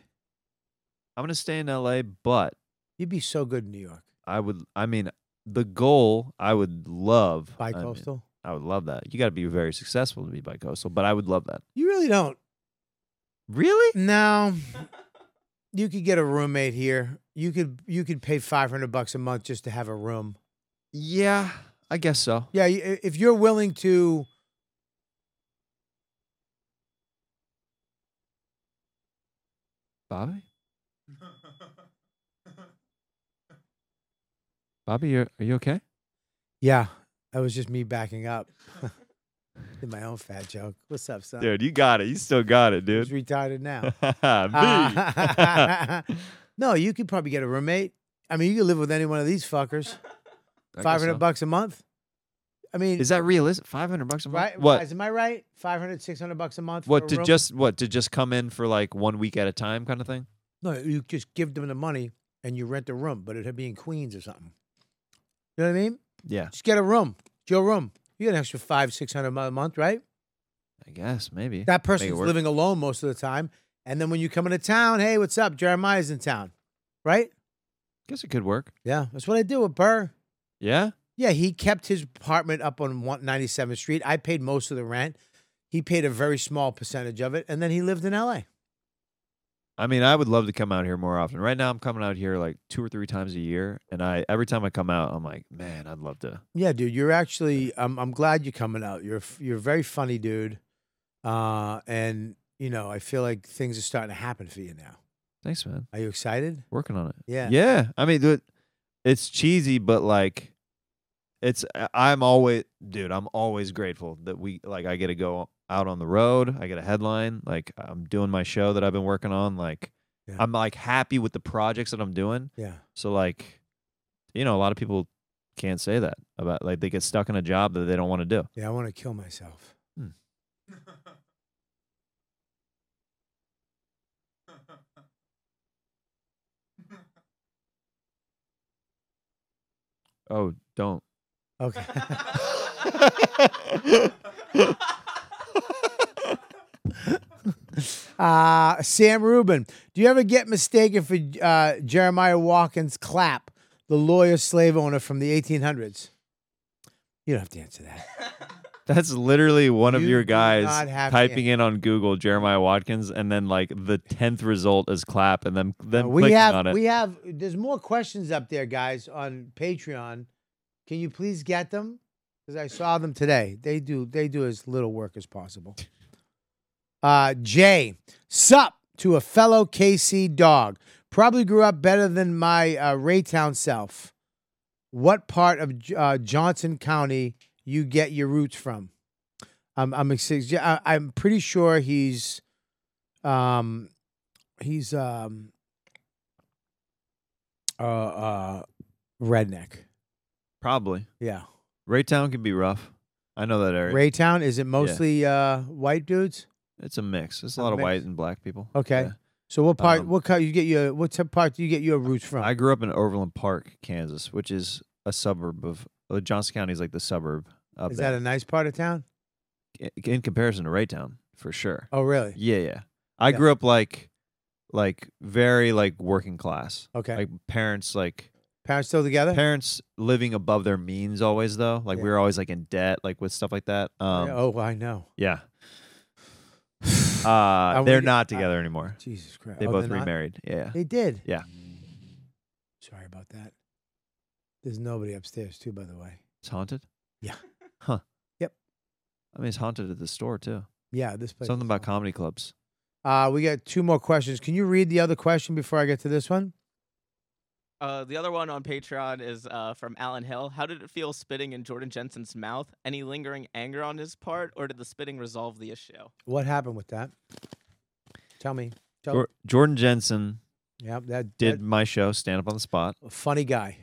I'm gonna stay in LA, but You'd be so good in New York. I would. I mean, the goal I would love. I Bi mean, coastal. I, would love that. You got to be very successful to be bicoastal, but I would love that. You really don't. Really? No. You could get a roommate here. You could you could pay five hundred bucks a month just to have a room. Yeah, I guess so. Yeah, y- if you're willing to. Bobby. Bobby, you're, are you okay? Yeah, that was just me backing up. Did my own fat joke. What's up, son? Dude, you got it. You still got it, Who's dude. retarded now? Me. Uh, no, you could probably get a roommate. I mean, you could live with any one of these fuckers. I guess Five hundred so. bucks a month. I mean, Is that realistic? Five hundred bucks a month? right? what? guys, am I right? 500, 600 bucks a month. for what a to room? just what to just come in for like one week at a time kind of thing? No, you just give them the money and you rent a room, but it'd be in Queens or something. You know what I mean? Yeah, Just get a room, your room. You get an extra five, six hundred a month, right? I guess maybe. That Make it person's work. living alone most of the time, and then when you come into town, hey, what's up? Jeremiah's in town, right? guess it could work. Yeah, that's what I did with Burr. Yeah. Yeah, he kept his apartment up on 197th Street. I paid most of the rent. He paid a very small percentage of it, and then he lived in LA. I mean, I would love to come out here more often. Right now, I'm coming out here like two or three times a year, and I every time I come out, I'm like, man, I'd love to. Yeah, dude, you're actually. I'm. I'm glad you're coming out. You're. a f- You're a very funny, dude. Uh, and you know, I feel like things are starting to happen for you now. Thanks, man. Are you excited? Working on it. Yeah. Yeah. I mean, dude, it's cheesy, but like, it's I- I'm always, dude, I'm always grateful that we like I get to go out on the road. I get a headline. Like I'm doing my show that I've been working on. Like Yeah. I'm like happy with the projects that I'm doing. Yeah. So like, you know, a lot of people can't say that about like they get stuck in a job that they don't want to do. Yeah. I want to kill myself. Oh, don't. Okay. uh, Sam Rubin, do you ever get mistaken for uh, Jeremiah Watkins Clapp, the lawyer slave owner from the 1800s? You don't have to answer that. That's literally one of You your do not guys have to typing in on Google Jeremiah Watkins, and then like the tenth result is clap, and then then Uh, we clicking have on it. we have there's more questions up there guys on patreon can you please get them because i saw them today they do they do as little work as possible uh jay sup to a fellow kc dog probably grew up better than my uh, raytown self what part of J- uh, johnson county you get your roots from i'm i'm, ex- I- I'm pretty sure he's um he's um uh, uh, redneck. Probably Yeah, Raytown can be rough. I know that area. Raytown. Is it mostly uh, white dudes? it's a mix. It's a A lot of mix. white and black people. Okay. So what part? Um, what kind? You get your what t- part? Do you get your roots Yeah. from? I grew up in Overland Park, Kansas, which is a suburb of uh, Johnson County. Is like the suburb. Up Is that a nice part of town? there. in comparison to Raytown for sure? Oh, really? Yeah, yeah. I Yeah. grew up like like very like working class. Okay. Like parents like Parents still together? parents living above their means always though like Yeah. we were always like in debt like with stuff like that um Yeah, oh, I know. yeah I uh wanna they're get- not I- together anymore Jesus Christ! they Oh, both they're not? remarried yeah They did. Yeah. Sorry about that. There's nobody upstairs too, by the way. it's haunted Yeah. huh Yep. i mean it's haunted at the store too Yeah, this place. something is about awful. comedy clubs Uh, we got two more questions. Can you read the other question before I get to this one? Uh, the other one on Patreon is uh, from Alan Hill. How did it feel spitting in Jordan Jensen's mouth? Any lingering anger on his part, or did the spitting resolve the issue? What happened with that? Tell me. Tell Jor- jordan jensen Yeah, that did that- my show stand up on the spot a funny guy.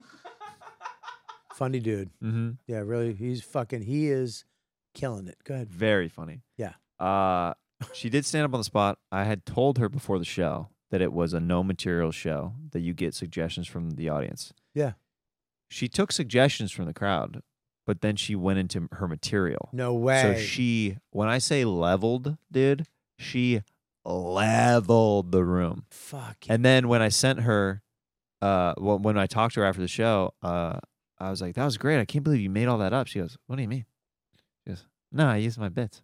funny dude. mm-hmm. Yeah, really. He's fucking he is killing it. Go ahead. very funny Yeah. uh she did stand up on the spot i had told her before the show that it was a no material show that you get suggestions from the audience Yeah. she took suggestions from the crowd, but then she went into her material. No way. So she, when I say leveled, dude, she leveled the room. fuck. And then when I sent her, uh, well, when I talked to her after the show, uh, I was like, "That was great! I can't believe you made all that up." She goes, "What do you mean?" She goes, "No, I used my bits."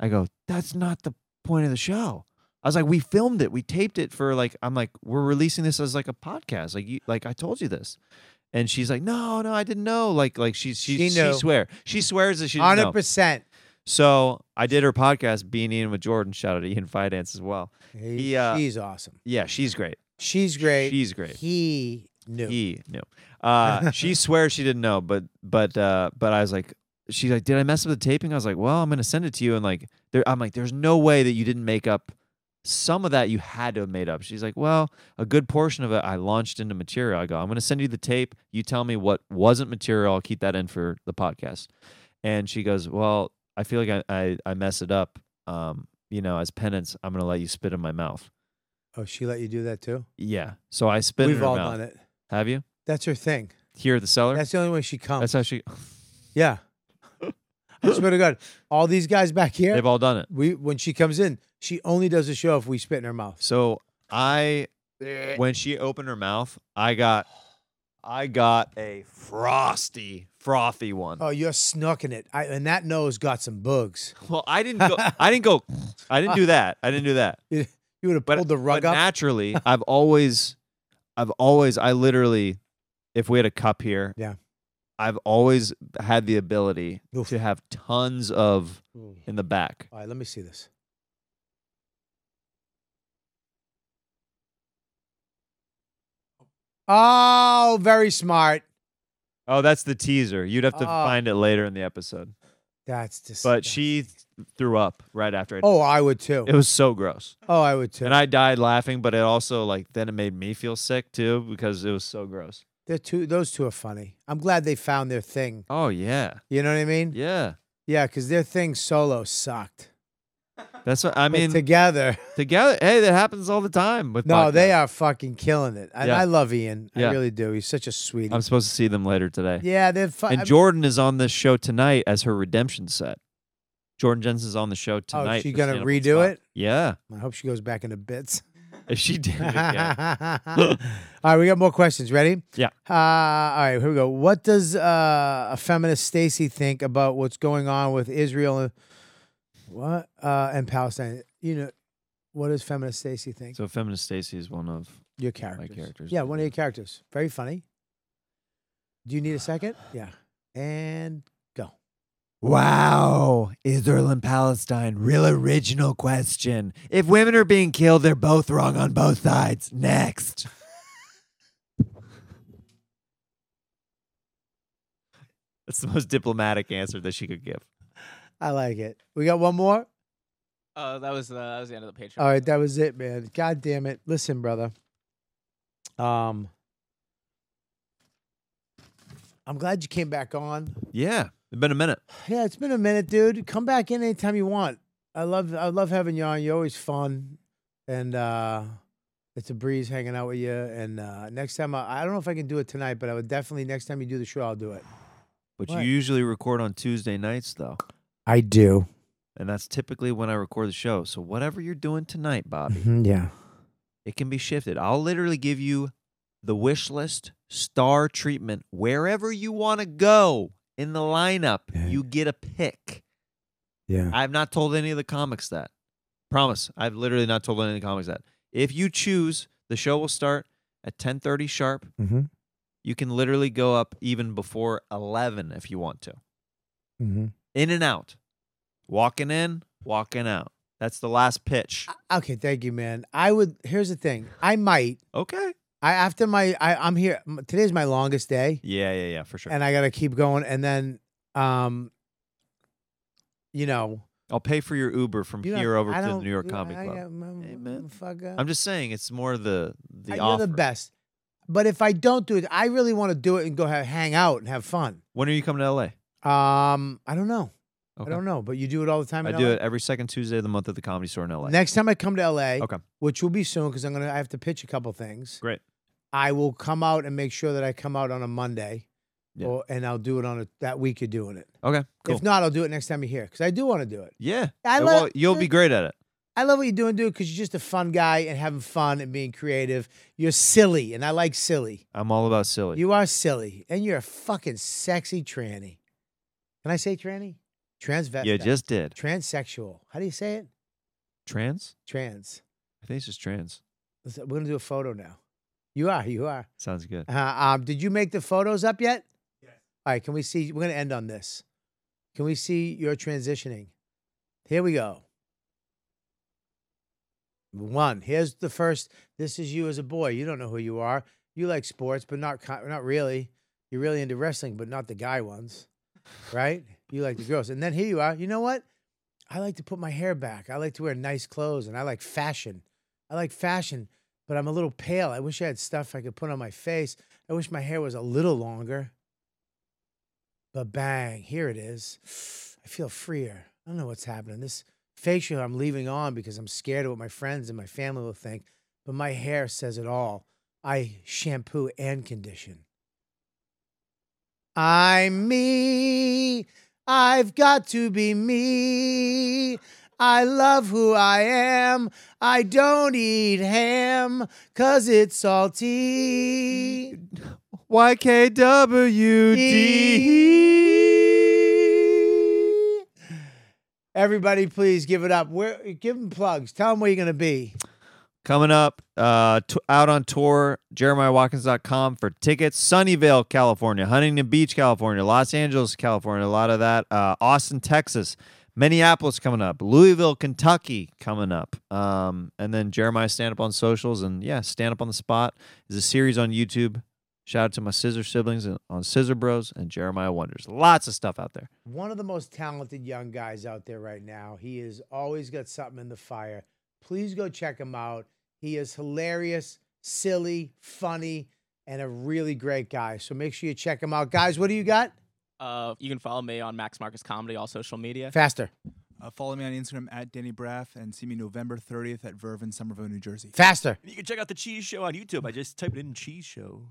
I go, "That's not the point of the show." I was like, "We filmed it. We taped it for like." I'm like, "We're releasing this as like a podcast. Like you, like I told you this." And she's like, "No, no, I didn't know." Like, like she she She she, knew. swear she swears that she didn't hundred know. percent. So I did her podcast, Being Ian with Jordan. Shout out to Ian Finance as well. He, uh, He's awesome. Yeah, she's great. She's great. she's great. He knew. He knew. Uh, she swears she didn't know, but but uh, but I was like, she's like, "Did I mess up the taping?" I was like, "Well, I'm gonna send it to you." And like, there, I'm like, "There's no way that you didn't make up some of that. You had to have made up." She's like, "Well, a good portion of it I launched into material." I go, "I'm gonna send you the tape. You tell me what wasn't material. I'll keep that in for the podcast." And she goes, "Well, I feel like I I, I mess it up. Um, you know, as penance, I'm gonna let you spit in my mouth." Oh, she let you do that too. Yeah. So I spit in We've her all mouth. done it. Have you That's her thing. here at the cellar? That's the only way she comes. That's how she. yeah. I swear to God, all these guys back here, They've all done it. we when she comes in, she only does the show if we spit in her mouth. So I, when she opened her mouth, I got, I got a frosty, frothy one. Oh, you're snucking it, I, and that nose got some bugs. Well, I didn't go. I didn't go. I didn't do that. I didn't do that. You, you would have But, pulled the rug but up. naturally, I've always, I've always, I literally, if we had a cup here, Yeah. I've always had the ability Oof. to have tons of Ooh. in the back. All right, let me see this. Oh, very smart. Oh, that's the teaser. You'd have to Ah. find it later in the episode. That's disgusting. But she threw up right after I did Oh, I would too. It was so gross. Oh, I would too. And I died laughing, but it also like then it made me feel sick too because it was so gross. They're two. Those two are funny. I'm glad they found their thing. Oh yeah. You know what I mean? Yeah. Yeah, because their thing solo sucked. That's what I But mean together, together hey, that happens all the time with no, they podcasts. are fucking killing it. And Yeah. I love Ian. Yeah. I really do. He's such a sweetie. I'm supposed to see them later today. yeah, they're fu- I And mean- Jordan is on this show tonight as her redemption set. Jordan Jensen's on the show tonight. Oh, she for gonna Stand Up on redo Spot. it? Yeah. I hope she goes back into bits. If she did it, yeah. all right, we got more questions. Ready? Yeah. Uh, all right, here we go. What does uh, a feminist Stacy think about what's going on with Israel and what uh, and Palestine? You know, what does feminist Stacy think? So feminist Stacy is one of your characters. characters, Yeah, but one of yeah. your characters. Very funny. Do you need a second? Yeah. And go. Wow, Israel and Palestine, real original question. If women are being killed, they're both wrong on both sides. Next. that's the most diplomatic answer that she could give. I like it. We got one more. Uh, that was the that was the end of the Patreon. All right, that was it, man. God damn it. Listen, brother. Um I'm glad you came back on. Yeah. It's been a minute. Yeah, it's been a minute, dude. Come back in anytime you want. I love I love having you on. You're always fun. And uh it's a breeze hanging out with you. And uh next time I, I don't know if I can do it tonight, but I would definitely next time you do the show, I'll do it. But What? you usually record on Tuesday nights though. I do. and that's typically when I record the show. So whatever you're doing tonight, Mm-hmm. Bobby, Yeah. it can be shifted. I'll literally give you the wish list star treatment wherever you want to go in the lineup. Yeah. You get a pick. Yeah. I've not told any of the comics that. Promise, I've literally not told any of the comics that. If you choose, the show will start at 10:30 sharp. Mm-hmm. You can literally go up even before 11 if you want to. Mm-hmm. In and out. Walking in, walking out. That's the last pitch. Okay, thank you, man. I would here's the thing. I might. Okay. I after my I, I'm here m- today's my longest day. Yeah, yeah, yeah, for sure. And I gotta keep going. And then um you know I'll pay for your Uber from you know, here over I to the don't- New York you know, Comedy I Club. got my- Hey, man. motherfucker. I'm just saying, it's more the I- the you're offer. the best. But if I don't do it, I really want to do it and go have, hang out and have fun. When are you coming to LA? Um, I don't know. Okay. I don't know. But you do it all the time. I in do LA? it every second Tuesday of the month at the Comedy Store in LA. Next time I come to LA, Okay. which will be soon because I'm gonna I have to pitch a couple things. Great. I will come out and make sure that I come out on a Monday, Yeah. or, and I'll do it on a, that week you're doing it. Okay, cool. If not, I'll do it next time you're here because I do want to do it. yeah, I Uh, love well, you'll be great at it. I love what you're doing, dude, because you're just a fun guy and having fun and being creative. You're silly, and I like silly. I'm all about silly. You are silly, and you're a fucking sexy tranny. Can I say tranny? Transvestite. you just did transsexual. How do you say it? trans. Trans. I think it's just trans. Let's- We're gonna do a photo now. You are. You are. Sounds good. Uh, um, did you make the photos up yet? All right. Can we see? We're gonna end on this. Can we see your transitioning? Here we go. One. Here's the first. This is you as a boy. You don't know who you are. You like sports, but not co- not really. You're really into wrestling, but not the guy ones, right? You like the girls. And then here you are. You know what? I like to put my hair back. I like to wear nice clothes and I like fashion. I like fashion, but I'm a little pale. I wish I had stuff I could put on my face. I wish my hair was a little longer. But bang, here it is. I feel freer. I don't know what's happening. This facial I'm leaving on because I'm scared of what my friends and my family will think. But my hair says it all. I shampoo and condition. I'm me. I've got to be me. I love who I am. I don't eat ham because it's salty. YKWD. Everybody, please give it up. Where, give them plugs. Tell them where you're going to be. Coming up, uh, t- out on tour, jeremiahwatkins.com for tickets. Sunnyvale, California, Huntington Beach, California, Los Angeles, California, a lot of that. Uh, Austin, Texas, Minneapolis coming up, Louisville, Kentucky coming up. Um, and then Jeremiah Stand Up on socials. And yeah, Stand Up on the Spot is a series on YouTube. Shout out to my Scissor siblings and- on Scissor Bros and Jeremiah Wonders. Lots of stuff out there. one of the most talented young guys out there right now. He has always got something in the fire. Please go check him out. He is hilarious, silly, funny, and a really great guy. So make sure you check him out. Guys, what do you got? Uh, you can follow me on Max Marcus Comedy, all social media. Faster. Uh, follow me on Instagram at Danny Braff and see me November 30th at Verve in Somerville, New Jersey. Faster. You can check out the Cheese Show on YouTube. I just typed in Cheese Show.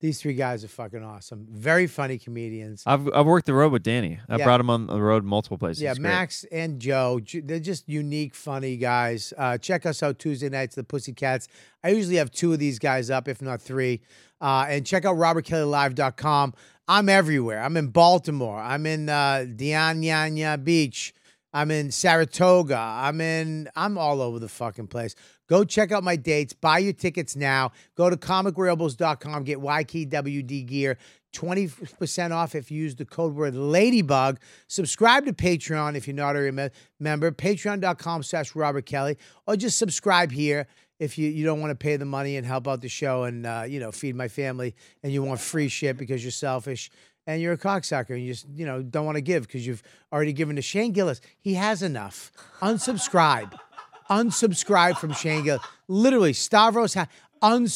These three guys are fucking awesome. Very funny comedians. I've, I've worked the road with Danny. I Yeah. brought him on the road multiple places. Yeah, It's great. Max and Joe, ju- they're just unique, funny guys. Uh, check us out Tuesday nights, the Pussycats. I usually have two of these guys up, if not three. Uh, and check out robertkellylive.com. I'm everywhere. I'm in Baltimore. I'm in uh, Dianyanya Beach. I'm in Saratoga. I'm in. I'm all over the fucking place. Go check out my dates. Buy your tickets now. Go to comicrables.com. Get YKWd gear. 20% off if you use the code word ladybug. Subscribe to Patreon if you're not already a me- member. Patreon.com slash Robert Kelly. Or just subscribe here if you, you don't want to pay the money and help out the show and, uh, you know, feed my family and you want free shit because you're selfish and you're a cocksucker and you just you know don't want to give because you've already given to Shane Gillis. He has enough. Unsubscribe, unsubscribe from Shane Gillis. Literally, Stavros, ha-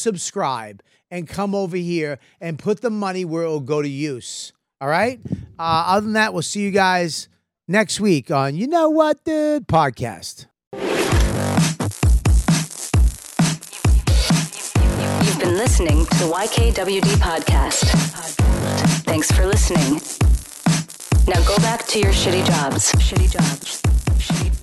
unsubscribe and come over here and put the money where it'll go to use. All right. Uh, other than that, we'll see you guys next week on you know what the podcast. You've been listening to the YKWD podcast. Thanks for listening. Now go back to your shitty jobs. Shitty jobs. Shitty